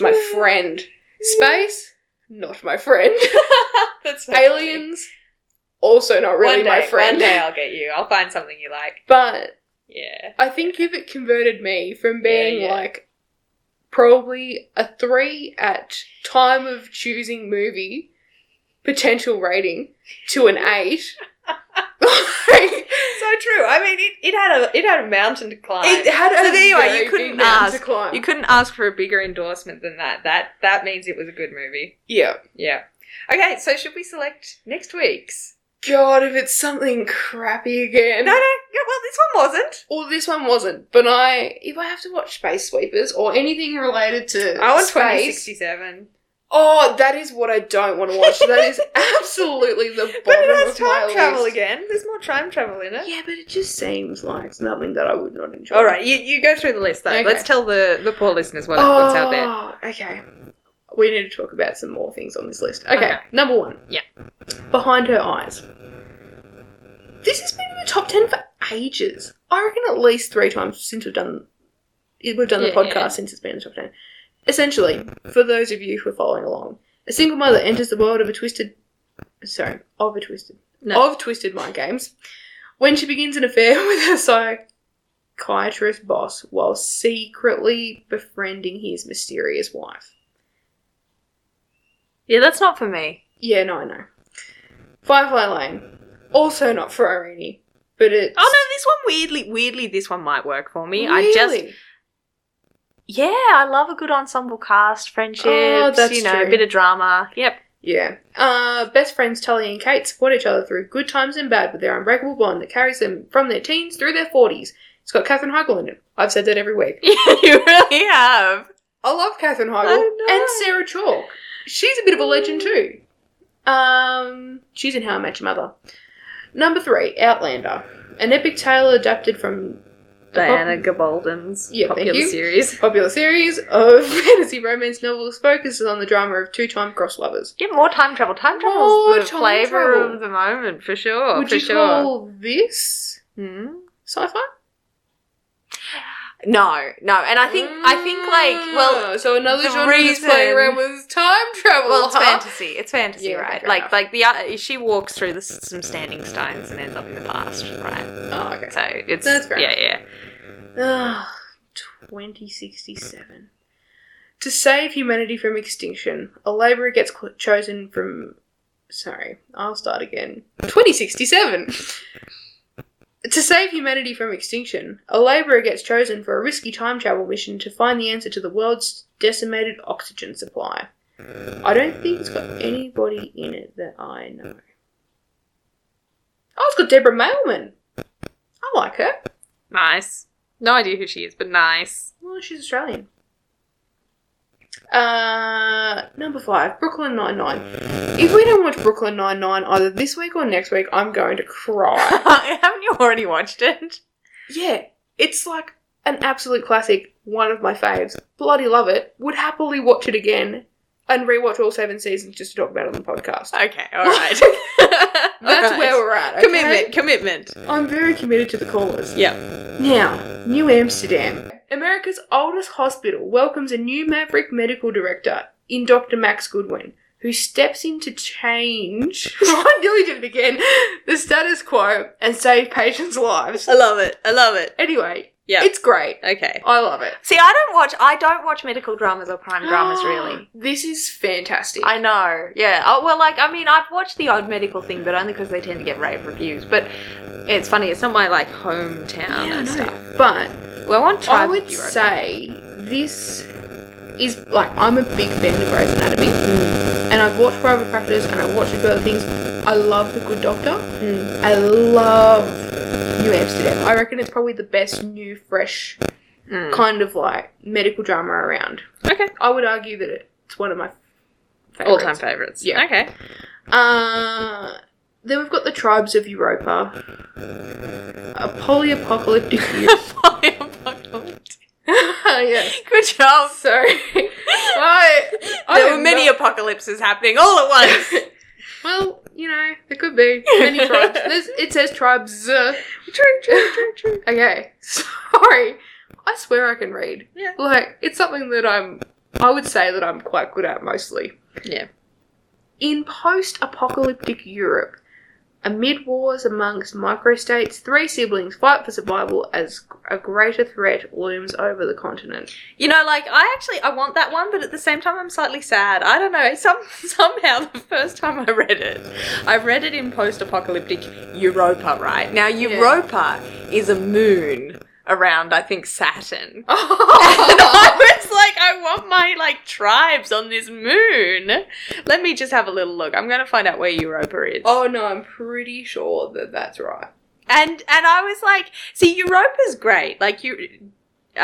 Speaker 4: [laughs]
Speaker 2: my friend. Space, not my friend.
Speaker 4: That's so funny.
Speaker 2: Aliens, also not really
Speaker 4: one day,
Speaker 2: my friend.
Speaker 4: One day I'll get you. I'll find something you like.
Speaker 2: But
Speaker 4: Yeah.
Speaker 2: I think if it converted me from being
Speaker 4: Yeah, yeah.
Speaker 2: like probably a three at time of choosing movie potential rating to an eight. [laughs] like,
Speaker 4: So true. I mean, it, it had a it had a mountain to climb.
Speaker 2: it had
Speaker 4: So
Speaker 2: a
Speaker 4: there you are, you
Speaker 2: very big
Speaker 4: couldn't
Speaker 2: mountain to
Speaker 4: ask.
Speaker 2: climb.
Speaker 4: you couldn't ask for a bigger endorsement than that. That that means it was a good movie.
Speaker 2: yeah.
Speaker 4: Yeah. Okay, so should we select next week's?
Speaker 2: God, if it's something crappy again.
Speaker 4: No, no. Yeah, well, this one wasn't.
Speaker 2: Well, this one wasn't, but I if I have to watch Space Sweepers or anything related to
Speaker 4: I want twenty
Speaker 2: space,
Speaker 4: sixty seven.
Speaker 2: oh, that is what I don't want to watch.
Speaker 4: [laughs]
Speaker 2: that is absolutely the bottom
Speaker 4: But it has
Speaker 2: of my
Speaker 4: time travel
Speaker 2: list.
Speaker 4: again. There's more time travel in it.
Speaker 2: Yeah, but it just seems like something that I would not enjoy.
Speaker 4: All right, you, you go through the list though.
Speaker 2: Okay.
Speaker 4: Let's tell the the poor listeners what,
Speaker 2: Oh,
Speaker 4: what's out there.
Speaker 2: Okay. We need to talk about some more things on this list. Okay,
Speaker 4: Okay.
Speaker 2: number one.
Speaker 4: Yeah.
Speaker 2: Behind her eyes. This has been in the top ten for ages. I reckon at least three times since we've done we've done the
Speaker 4: Yeah,
Speaker 2: podcast
Speaker 4: yeah.
Speaker 2: since it's been in the top ten. Essentially, for those of you who are following along, a single mother enters the world of a twisted sorry, of a twisted
Speaker 4: No.
Speaker 2: of Twisted Mind Games when she begins an affair [laughs] with her psychiatrist boss while secretly befriending his mysterious wife.
Speaker 1: Yeah, that's not for me.
Speaker 2: Yeah, no, I know. Firefly Lane, also not for Irene, but it's.
Speaker 1: Oh no, this one weirdly, weirdly, this one might work for me. I just
Speaker 2: Really?
Speaker 1: yeah, I love a good ensemble cast, friendships,
Speaker 2: Oh, that's
Speaker 1: you know,
Speaker 2: true.
Speaker 1: a bit of drama. Yep. [laughs]
Speaker 2: Yeah. Uh, best friends Tully and Kate support each other through good times and bad with their unbreakable bond that carries them from their teens through their 40s. It's got Catherine Heigl in it. I've said that every week.
Speaker 1: you really have.
Speaker 2: I love Catherine Heigl
Speaker 1: know.
Speaker 2: and Sarah Chalk. She's a bit of a legend too. Um, she's in How I Met Your Mother. Number three, Outlander, an epic tale adapted from the
Speaker 1: Diana Gabaldon's
Speaker 2: Yeah, thank
Speaker 1: popular
Speaker 2: you.
Speaker 1: series.
Speaker 2: pop- popular series of [laughs] fantasy romance novels focuses on the drama of two-time cross lovers.
Speaker 1: Yeah, more time travel. Time
Speaker 2: More
Speaker 1: travel is the
Speaker 2: time
Speaker 1: flavour
Speaker 2: travel.
Speaker 1: of the moment, for sure.
Speaker 2: Would
Speaker 1: Oh, for
Speaker 2: you
Speaker 1: sure.
Speaker 2: call this
Speaker 1: Hmm?
Speaker 2: sci-fi?
Speaker 1: No, no, and I think I think like well,
Speaker 2: Ah, so another
Speaker 1: the
Speaker 2: genre that's
Speaker 1: reason-
Speaker 2: playing around with time travel.
Speaker 1: well, it's
Speaker 2: huh?
Speaker 1: fantasy. It's fantasy,
Speaker 2: Yeah, okay,
Speaker 1: right?
Speaker 2: fair
Speaker 1: Like
Speaker 2: enough.
Speaker 1: like the uh, she walks through the, s- some standing stones and ends up in the past, right?
Speaker 2: Oh, okay.
Speaker 1: So it's
Speaker 2: That's fair
Speaker 1: yeah, yeah.
Speaker 2: Ah, 2067. To save humanity from extinction, a labourer gets qu- chosen from. Sorry, I'll start again. 2067! to save humanity from extinction, a labourer gets chosen for a risky time travel mission to find the answer to the world's decimated oxygen supply. I don't think it's got anybody in it that I know. Oh, it's got Deborah Mailman! I like her.
Speaker 1: Nice. No idea who she is, but nice.
Speaker 2: Well, she's Australian. Uh, number five, Brooklyn Nine Nine. If we don't watch Brooklyn Nine Nine either this week or next week, I'm going to cry.
Speaker 1: [laughs] Haven't you already watched it?
Speaker 2: [laughs] yeah, it's like an absolute classic. One of my faves. Bloody love it. Would happily watch it again and rewatch all seven seasons just to talk about it on the podcast.
Speaker 1: Okay, all [laughs] right.
Speaker 2: That's where we're at. okay?
Speaker 1: commitment, commitment.
Speaker 2: I'm very committed to the callers.
Speaker 1: Yep.
Speaker 2: Now, New Amsterdam. America's oldest hospital welcomes a new maverick medical director in Dr. Max Goodwin, who steps in to change, [laughs] I nearly did it again, the status quo and save patients' lives.
Speaker 1: I love it. I love it.
Speaker 2: Anyway,
Speaker 1: Yeah.
Speaker 2: it's great.
Speaker 1: Okay.
Speaker 2: I love it. Ah,
Speaker 1: See, I don't watch. I don't watch medical dramas or [gasps] crime dramas really.
Speaker 2: This is fantastic.
Speaker 1: I know. Yeah. Oh, well, like I mean, I've watched the odd medical thing, but only because they tend to get rave reviews. But it's funny. It's not my like hometown
Speaker 2: yeah, I
Speaker 1: and stuff.
Speaker 2: know. But
Speaker 1: Well, I want to try.
Speaker 2: I would say this is like I'm a big fan of Grey's Anatomy, and I've watched Private Practice and I've watched a few other things. I love The Good Doctor.
Speaker 1: Mm,
Speaker 2: I love New Amsterdam. I reckon it's probably the best new, fresh
Speaker 1: mm.
Speaker 2: kind of like medical drama around.
Speaker 1: Hmm. Okay.
Speaker 2: I would argue that it's one of my favorites.
Speaker 1: All time favorites.
Speaker 2: Yeah. [laughs]
Speaker 1: Okay. [laughs]
Speaker 2: Uh, then we've got the tribes of Europa. A poly-apocalyptic
Speaker 1: [laughs]
Speaker 2: [laughs] youth. yes.
Speaker 1: Good job. [laughs]
Speaker 2: Sorry. I, I
Speaker 1: there
Speaker 2: am
Speaker 1: were many
Speaker 2: not-
Speaker 1: apocalypses happening all at
Speaker 2: [laughs]
Speaker 1: once.
Speaker 2: Well, you know, there could be many tribes. uh, There's, it says tribes.
Speaker 1: true, true, true, true.
Speaker 2: Okay, [laughs] sorry. I swear I can read.
Speaker 4: Yeah.
Speaker 2: Like, it's something that I'm, I would say that I'm quite good at mostly.
Speaker 1: Yeah.
Speaker 2: In post apocalyptic Europe, amid wars amongst microstates, three siblings fight for survival as a greater threat looms over the continent. [laughs]
Speaker 1: [laughs] You know, like I actually I want that one, but at the same time I'm slightly sad. I don't know. [laughs] Some somehow the first time I read it, I read it in post-apocalyptic Europa. Right now, Europa is a moon around I think Saturn. And
Speaker 2: Oh,
Speaker 1: I was like, I want my like tribes on this moon. Let me just have a little look. I'm gonna find out where Europa is.
Speaker 2: oh no, I'm pretty sure that that's right.
Speaker 1: and and I was like, see, Europa's great. Like you,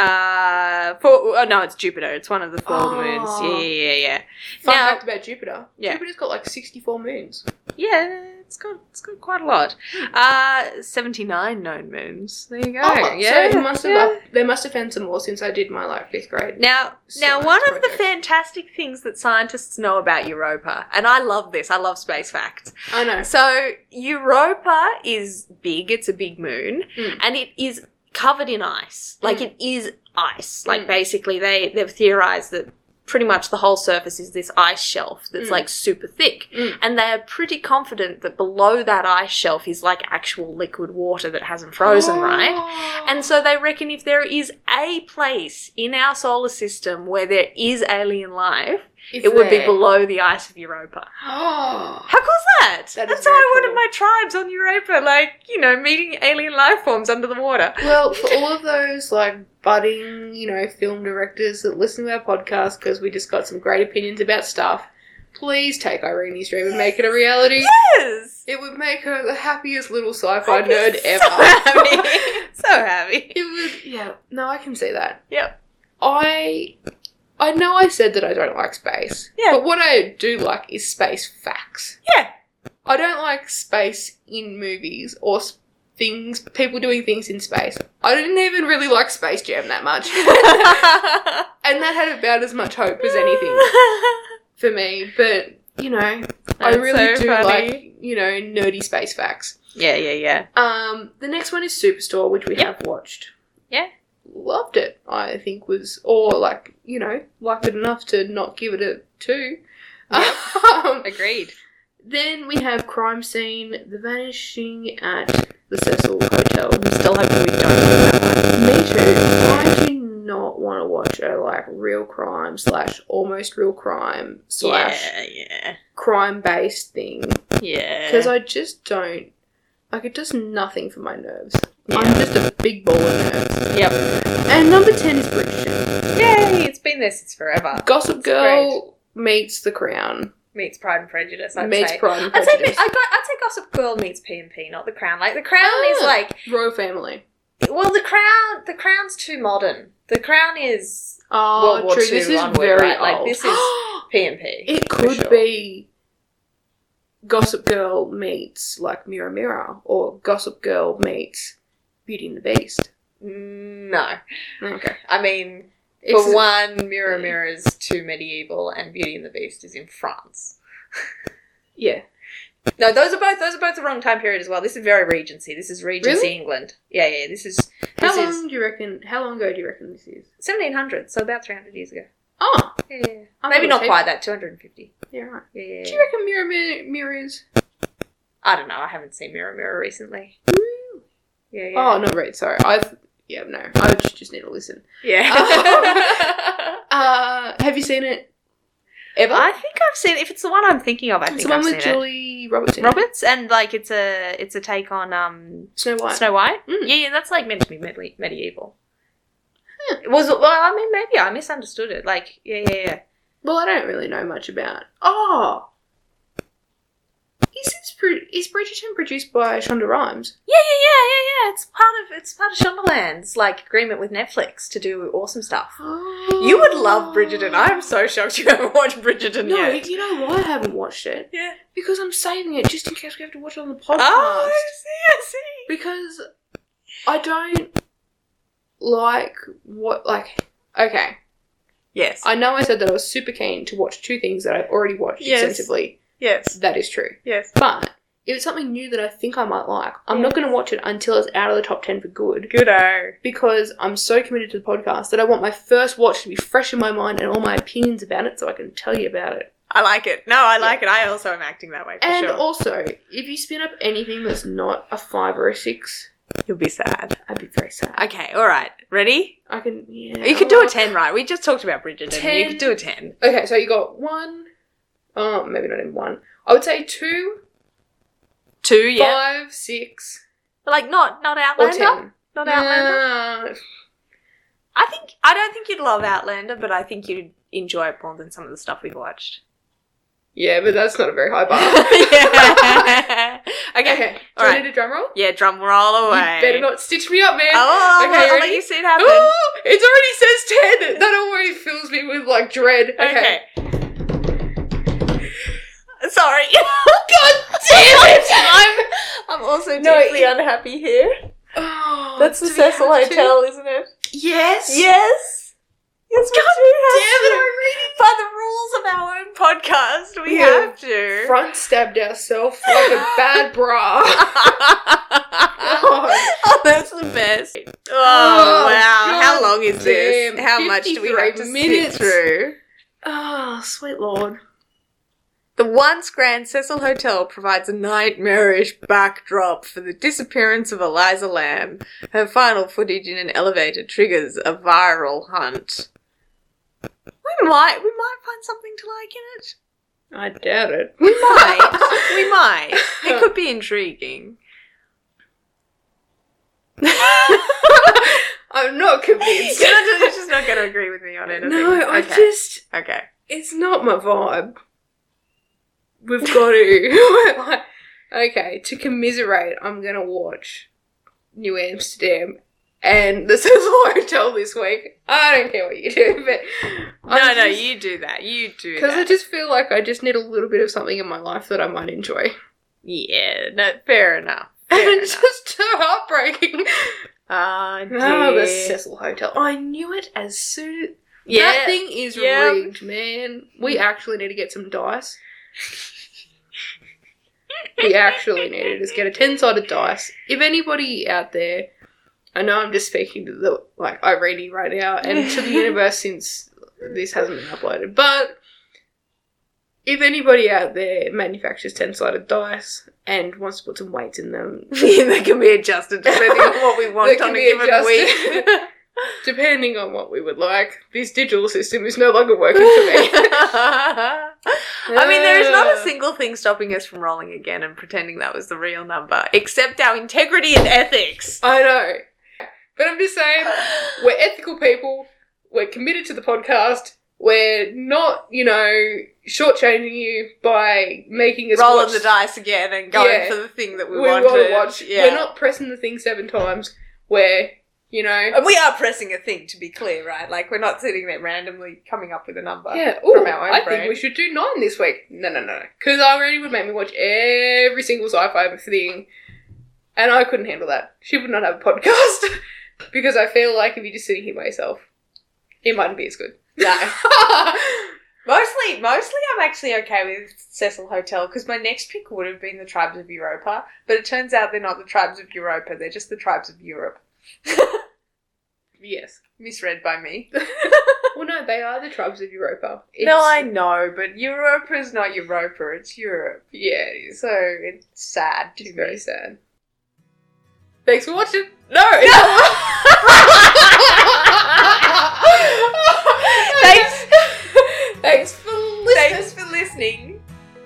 Speaker 1: uh, for oh no, it's Jupiter. It's one of the four
Speaker 2: Oh.
Speaker 1: moons. Yeah, yeah, yeah, yeah.
Speaker 2: Fun
Speaker 1: Now-
Speaker 2: fact about Jupiter.
Speaker 1: Yeah.
Speaker 2: Jupiter's got like 64 moons.
Speaker 1: Yeah, it's got it's got quite a lot. Uh, seventy nine known moons. There you go.
Speaker 2: Hmm. Oh,
Speaker 1: yeah,
Speaker 2: So it must have
Speaker 1: yeah.
Speaker 2: up, there must have been some more since I did my like fifth grade.
Speaker 1: Now,
Speaker 2: So
Speaker 1: now,
Speaker 2: that's
Speaker 1: one of the
Speaker 2: perfect.
Speaker 1: fantastic things that scientists know about Europa, and I love this. I love space facts.
Speaker 2: I know.
Speaker 1: So Europa is big. It's a big moon,
Speaker 2: Mm.
Speaker 1: and it is covered in ice. Like
Speaker 2: Mm.
Speaker 1: it is ice. Like
Speaker 2: Mm.
Speaker 1: basically, they they've theorized that pretty much the whole surface is this ice shelf that's
Speaker 2: Mm.
Speaker 1: like super thick,
Speaker 2: Mm.
Speaker 1: and they are pretty confident that below that ice shelf is like actual liquid water that hasn't frozen,
Speaker 2: Oh.
Speaker 1: right? And so they reckon if there is a place in our solar system where there is alien life,
Speaker 2: It's
Speaker 1: it would be
Speaker 2: there.
Speaker 1: below the ice of Europa. How cool is that?
Speaker 2: That is
Speaker 1: That's how
Speaker 2: very
Speaker 1: I wanted
Speaker 2: cool.
Speaker 1: my tribes on Europa, like, you know, meeting alien life forms under the water.
Speaker 2: [gasps] well, for all of those like budding, you know, film directors that listen to our podcast because we just got some great opinions about stuff, please take Irene's dream and make it a reality.
Speaker 1: Yes!
Speaker 2: It would make her the happiest little sci-fi
Speaker 1: I'd be [laughs]
Speaker 2: nerd
Speaker 1: so
Speaker 2: ever.
Speaker 1: happy. so [laughs] happy.
Speaker 2: It would, yeah. No, I can see that.
Speaker 1: Yep.
Speaker 2: I, I know I said that I don't like space.
Speaker 1: Yeah.
Speaker 2: But what I do like is space facts.
Speaker 1: Yeah.
Speaker 2: I don't like space in movies or s- things people doing things in space. I didn't even really like Space Jam
Speaker 1: [laughs]
Speaker 2: that much, and that had about as much hope as anything
Speaker 1: [laughs]
Speaker 2: for me. But you know, I
Speaker 1: That's
Speaker 2: really
Speaker 1: so
Speaker 2: do
Speaker 1: funny.
Speaker 2: like you know nerdy space facts.
Speaker 1: Yeah, yeah, yeah.
Speaker 2: Um, the next one is Superstore, which we
Speaker 1: Yep.
Speaker 2: have watched.
Speaker 1: Yeah.
Speaker 2: Loved it, I think was or like, you know, liked it enough to not give it a two. [laughs] Um,
Speaker 1: Agreed.
Speaker 2: then we have Crime Scene, The Vanishing at the Cecil Hotel.
Speaker 1: I'm still hoping we don't do that one.
Speaker 2: Me too. I do not want to watch a like real crime slash almost real crime slash
Speaker 1: Yeah,
Speaker 2: crime based thing.
Speaker 1: yeah, yeah.
Speaker 2: Because I just don't like it does nothing for my nerves. I'm
Speaker 1: Yeah.
Speaker 2: just a big ball of nerves.
Speaker 1: Yep.
Speaker 2: And number 10 is Bridgerton.
Speaker 1: Yay! It's been there since forever.
Speaker 2: Gossip Girl meets The Crown.
Speaker 1: Meets Pride and Prejudice. I'd
Speaker 2: meets
Speaker 1: say.
Speaker 2: Pride and
Speaker 1: I'd say,
Speaker 2: Prejudice.
Speaker 1: I got, I'd say Gossip Girl meets P and P, not The Crown. Like The Crown is
Speaker 2: Ah.
Speaker 1: like,
Speaker 2: Royal Family.
Speaker 1: well, The Crown, The Crown's too modern. The Crown is
Speaker 2: Oh,
Speaker 1: World War
Speaker 2: true.
Speaker 1: II
Speaker 2: this is
Speaker 1: onward,
Speaker 2: very
Speaker 1: right? Like,
Speaker 2: old.
Speaker 1: this is- P and P.
Speaker 2: [gasps] it could
Speaker 1: sure.
Speaker 2: be Gossip Girl meets like Mirror Mirror or Gossip Girl meets Beauty and the Beast.
Speaker 1: No,
Speaker 2: Okay.
Speaker 1: I mean,
Speaker 2: It's-
Speaker 1: for one, Mirror Mirror is too medieval, and Beauty and the Beast is in France.
Speaker 2: Yeah.
Speaker 1: No, those are both those are both the wrong time period as well. This is very Regency. This is Regency
Speaker 2: Really?
Speaker 1: England. Yeah, yeah. This is
Speaker 2: How
Speaker 1: this
Speaker 2: long
Speaker 1: is
Speaker 2: do you reckon? How long ago do you reckon this is?
Speaker 1: 1700, so about 300 years ago.
Speaker 2: Oh,
Speaker 1: Yeah.
Speaker 2: I
Speaker 1: Maybe not
Speaker 2: thought it was
Speaker 1: quite that, 250.
Speaker 2: eight- Yeah, right.
Speaker 1: Yeah, yeah,
Speaker 2: Do
Speaker 1: yeah.
Speaker 2: you reckon Mirror Mirror, Mirror is?
Speaker 1: I don't know. I haven't seen Mirror Mirror recently. Yeah, yeah.
Speaker 2: Oh no, right. Sorry, I've yeah no. I just just need to listen.
Speaker 1: Yeah. [laughs]
Speaker 2: Uh, have you seen it ever?
Speaker 1: Oh. I think I've seen if it's the one I'm thinking of, I
Speaker 2: it's
Speaker 1: think
Speaker 2: the one
Speaker 1: I've
Speaker 2: with
Speaker 1: seen
Speaker 2: Julie Roberts.
Speaker 1: it.
Speaker 2: in it.
Speaker 1: Roberts and like it's a it's a take on um
Speaker 2: Snow White.
Speaker 1: Snow White.
Speaker 2: Mm.
Speaker 1: Yeah, yeah, that's like meant to be medley, medieval. It was well, I mean maybe I misunderstood it. Like yeah, yeah, yeah.
Speaker 2: well, I don't really know much about. Oh, is this pro- is Bridgerton produced by Shonda Rhimes?
Speaker 1: Yeah, yeah, yeah, yeah, yeah. It's part of it's part of Shondaland's like agreement with Netflix to do awesome stuff. You would love Bridgerton. I'm so shocked you haven't watched Bridgerton
Speaker 2: No,
Speaker 1: yet.
Speaker 2: you know why I haven't watched it?
Speaker 1: Yeah.
Speaker 2: Because I'm saving it just in case we have to watch it on the podcast.
Speaker 1: Oh, I see, I see.
Speaker 2: because I don't like what like okay.
Speaker 1: Yes.
Speaker 2: I know I said that I was super keen to watch two things that I've already watched
Speaker 1: Yes.
Speaker 2: extensively.
Speaker 1: yes.
Speaker 2: That is true.
Speaker 1: Yes.
Speaker 2: But if it's something new that I think I might like, I'm
Speaker 1: Yeah.
Speaker 2: not going to watch it until it's out of the top 10 for good
Speaker 1: Goodo.
Speaker 2: because I'm so committed to the podcast that I want my first watch to be fresh in my mind and all my opinions about it so I can tell you about it.
Speaker 1: I like it. No, I like it. I also am acting that way for
Speaker 2: And
Speaker 1: sure.
Speaker 2: also, if you spin up anything that's not a 5 or a 6,
Speaker 1: You'll be sad.
Speaker 2: I'd be very sad. I,
Speaker 1: Okay, all right. Ready?
Speaker 2: I can, yeah.
Speaker 1: You could do a 10, right? We just talked about Bridgerton. You could
Speaker 2: 10.
Speaker 1: do a 10.
Speaker 2: Okay, so you got one, oh, maybe not even one. I would say two,
Speaker 1: Two, yeah.
Speaker 2: five, six,
Speaker 1: Like, not not
Speaker 2: or
Speaker 1: Outlander?
Speaker 2: ten.
Speaker 1: Not Outlander?
Speaker 2: Nah.
Speaker 1: I think I don't think you'd love Outlander, but I think you'd enjoy it more than some of the stuff we've watched.
Speaker 2: Yeah, but that's not a very high bar.
Speaker 1: [laughs] yeah. [laughs] Okay.
Speaker 2: Okay, do
Speaker 1: All
Speaker 2: I
Speaker 1: right.
Speaker 2: need a drum roll?
Speaker 1: Yeah, drum roll away.
Speaker 2: You better not stitch me up, man.
Speaker 1: Oh, I'll,
Speaker 2: Okay,
Speaker 1: I'll let
Speaker 2: ready?
Speaker 1: you see it happen.
Speaker 2: Oh, it already says 10. That already fills me with like dread. Okay.
Speaker 1: Okay. [laughs] Sorry.
Speaker 2: God damn
Speaker 1: [laughs]
Speaker 2: it! I'm.
Speaker 1: I'm also
Speaker 2: No,
Speaker 1: deeply
Speaker 2: it-
Speaker 1: unhappy here.
Speaker 2: Oh,
Speaker 1: That's the
Speaker 2: do we have
Speaker 1: Cecil
Speaker 2: to-
Speaker 1: Hotel, isn't it?
Speaker 2: Yes.
Speaker 1: Yes. Yes, we
Speaker 2: Damn
Speaker 1: do have
Speaker 2: it,
Speaker 1: to.
Speaker 2: I'm
Speaker 1: By the
Speaker 2: reading.
Speaker 1: rules of our own podcast, we
Speaker 2: Yeah.
Speaker 1: have to.
Speaker 2: [laughs] Front stabbed ourselves like a bad bra.
Speaker 1: [laughs] oh, that's the best. Oh,
Speaker 2: Oh,
Speaker 1: wow. How
Speaker 2: God
Speaker 1: long is this?
Speaker 2: damn.
Speaker 1: How much do we have to
Speaker 2: 53
Speaker 1: sit
Speaker 2: minutes.
Speaker 1: through? Ah,
Speaker 2: oh, sweet lord.
Speaker 1: The once grand Cecil Hotel provides a nightmarish backdrop for the disappearance of Eliza Lamb. Her final footage in an elevator triggers a viral hunt. We might, we might find something to like in it.
Speaker 2: I doubt it.
Speaker 1: We [laughs] might, we might. It could be intriguing.
Speaker 2: [laughs] I'm not
Speaker 1: You're
Speaker 2: convinced.
Speaker 1: not- you're just not going to agree with me on anything.
Speaker 2: no, I
Speaker 1: Okay.
Speaker 2: just.
Speaker 1: Okay.
Speaker 2: It's not my vibe. We've got to. [laughs] okay, to commiserate, I'm going to watch New Amsterdam and the [laughs] Cecil Hotel this week. I don't care what you do, but.
Speaker 1: No, no, you do that. You do
Speaker 2: Because I
Speaker 1: that.
Speaker 2: just feel like I just need a little bit of something in my life that I might enjoy.
Speaker 1: yeah, no, fair enough.
Speaker 2: [laughs] And
Speaker 1: Fair
Speaker 2: it's
Speaker 1: enough.
Speaker 2: just [laughs] too heartbreaking.
Speaker 1: Ah, dear.
Speaker 2: Oh, the Cecil Hotel. I knew it as soon.
Speaker 1: yeah. Mm. [laughs]
Speaker 2: That thing is
Speaker 1: Yep.
Speaker 2: rigged, man. We actually need to get
Speaker 1: [laughs]
Speaker 2: some dice. we actually need to just get a ten sided dice. If anybody out there, I know I'm just speaking to the like Irene right now and
Speaker 1: [laughs]
Speaker 2: to the universe since this hasn't been uploaded, but. If anybody out there manufactures ten sided dice and wants to put some weights in them,
Speaker 1: they can be adjusted depending on what
Speaker 2: [laughs]
Speaker 1: we
Speaker 2: They
Speaker 1: want on
Speaker 2: can
Speaker 1: a
Speaker 2: be
Speaker 1: given
Speaker 2: adjusted. [laughs]
Speaker 1: week.
Speaker 2: depending on what we would like, this digital system is no longer working for
Speaker 1: [laughs] [laughs]
Speaker 2: me.
Speaker 1: I mean, there is not a single thing stopping us from rolling again and pretending that was the real number, except our integrity and
Speaker 2: [laughs]
Speaker 1: ethics.
Speaker 2: I know. But I'm just saying, we're ethical people. We're committed to the podcast. We're not, you know, shortchanging you by making us
Speaker 1: Rolling
Speaker 2: watch-
Speaker 1: the dice again and going
Speaker 2: Yeah.
Speaker 1: for the thing that we,
Speaker 2: We,
Speaker 1: wanted.
Speaker 2: want to watch.
Speaker 1: Yeah.
Speaker 2: We're not pressing the thing seven times. We're, you know,
Speaker 1: And we are pressing a thing, to be clear, right? Like, we're not sitting there randomly coming up with a number.
Speaker 2: yeah. Ooh,
Speaker 1: from our own
Speaker 2: I
Speaker 1: brain.
Speaker 2: think we should do nine this week. No, no, no, because already would make me watch every single sci-fi thing, and I couldn't handle that. She would not have a podcast [laughs] because I feel like if you're just sitting here by yourself, it mightn't be as good.
Speaker 1: [laughs]
Speaker 2: [laughs]
Speaker 1: No. Mostly, mostly, I'm actually okay with Cecil Hotel because my next pick would have been the Tribes of Europa, but it turns out they're not the Tribes of Europa; they're just the Tribes of Europe.
Speaker 2: yes.
Speaker 1: Misread by
Speaker 2: [laughs]
Speaker 1: me.
Speaker 2: Well, no, they are the tribes of Europa.
Speaker 1: no, I know, but Europa is not Europa; it's Europe.
Speaker 2: Yeah, it is.
Speaker 1: So it's sad to me.
Speaker 2: It's very sad. Thanks for watching. No.
Speaker 1: [laughs] Thanks,
Speaker 2: Thanks [laughs] for listening.
Speaker 1: thanks for listening.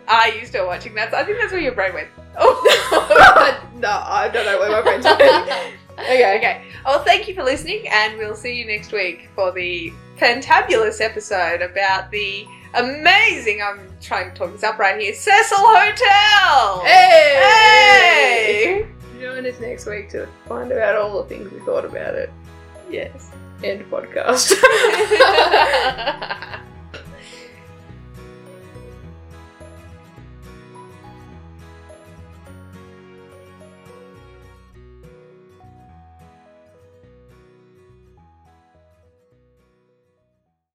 Speaker 1: Are you still watching? That's I think that's where your brain
Speaker 2: [laughs]
Speaker 1: went.
Speaker 2: no, I don't know where Oh, my
Speaker 1: [laughs]
Speaker 2: brain's going. Okay.
Speaker 1: Okay. Well, thank you for listening, and we'll see you next week for the fantabulous episode about the amazing. I'm trying to talk this up right here. Cecil Hotel.
Speaker 2: Hey!
Speaker 1: Hey!
Speaker 2: Join us next week to find out all the things we thought about it [laughs]
Speaker 1: Yes.
Speaker 2: and podcast. [laughs]
Speaker 1: [laughs]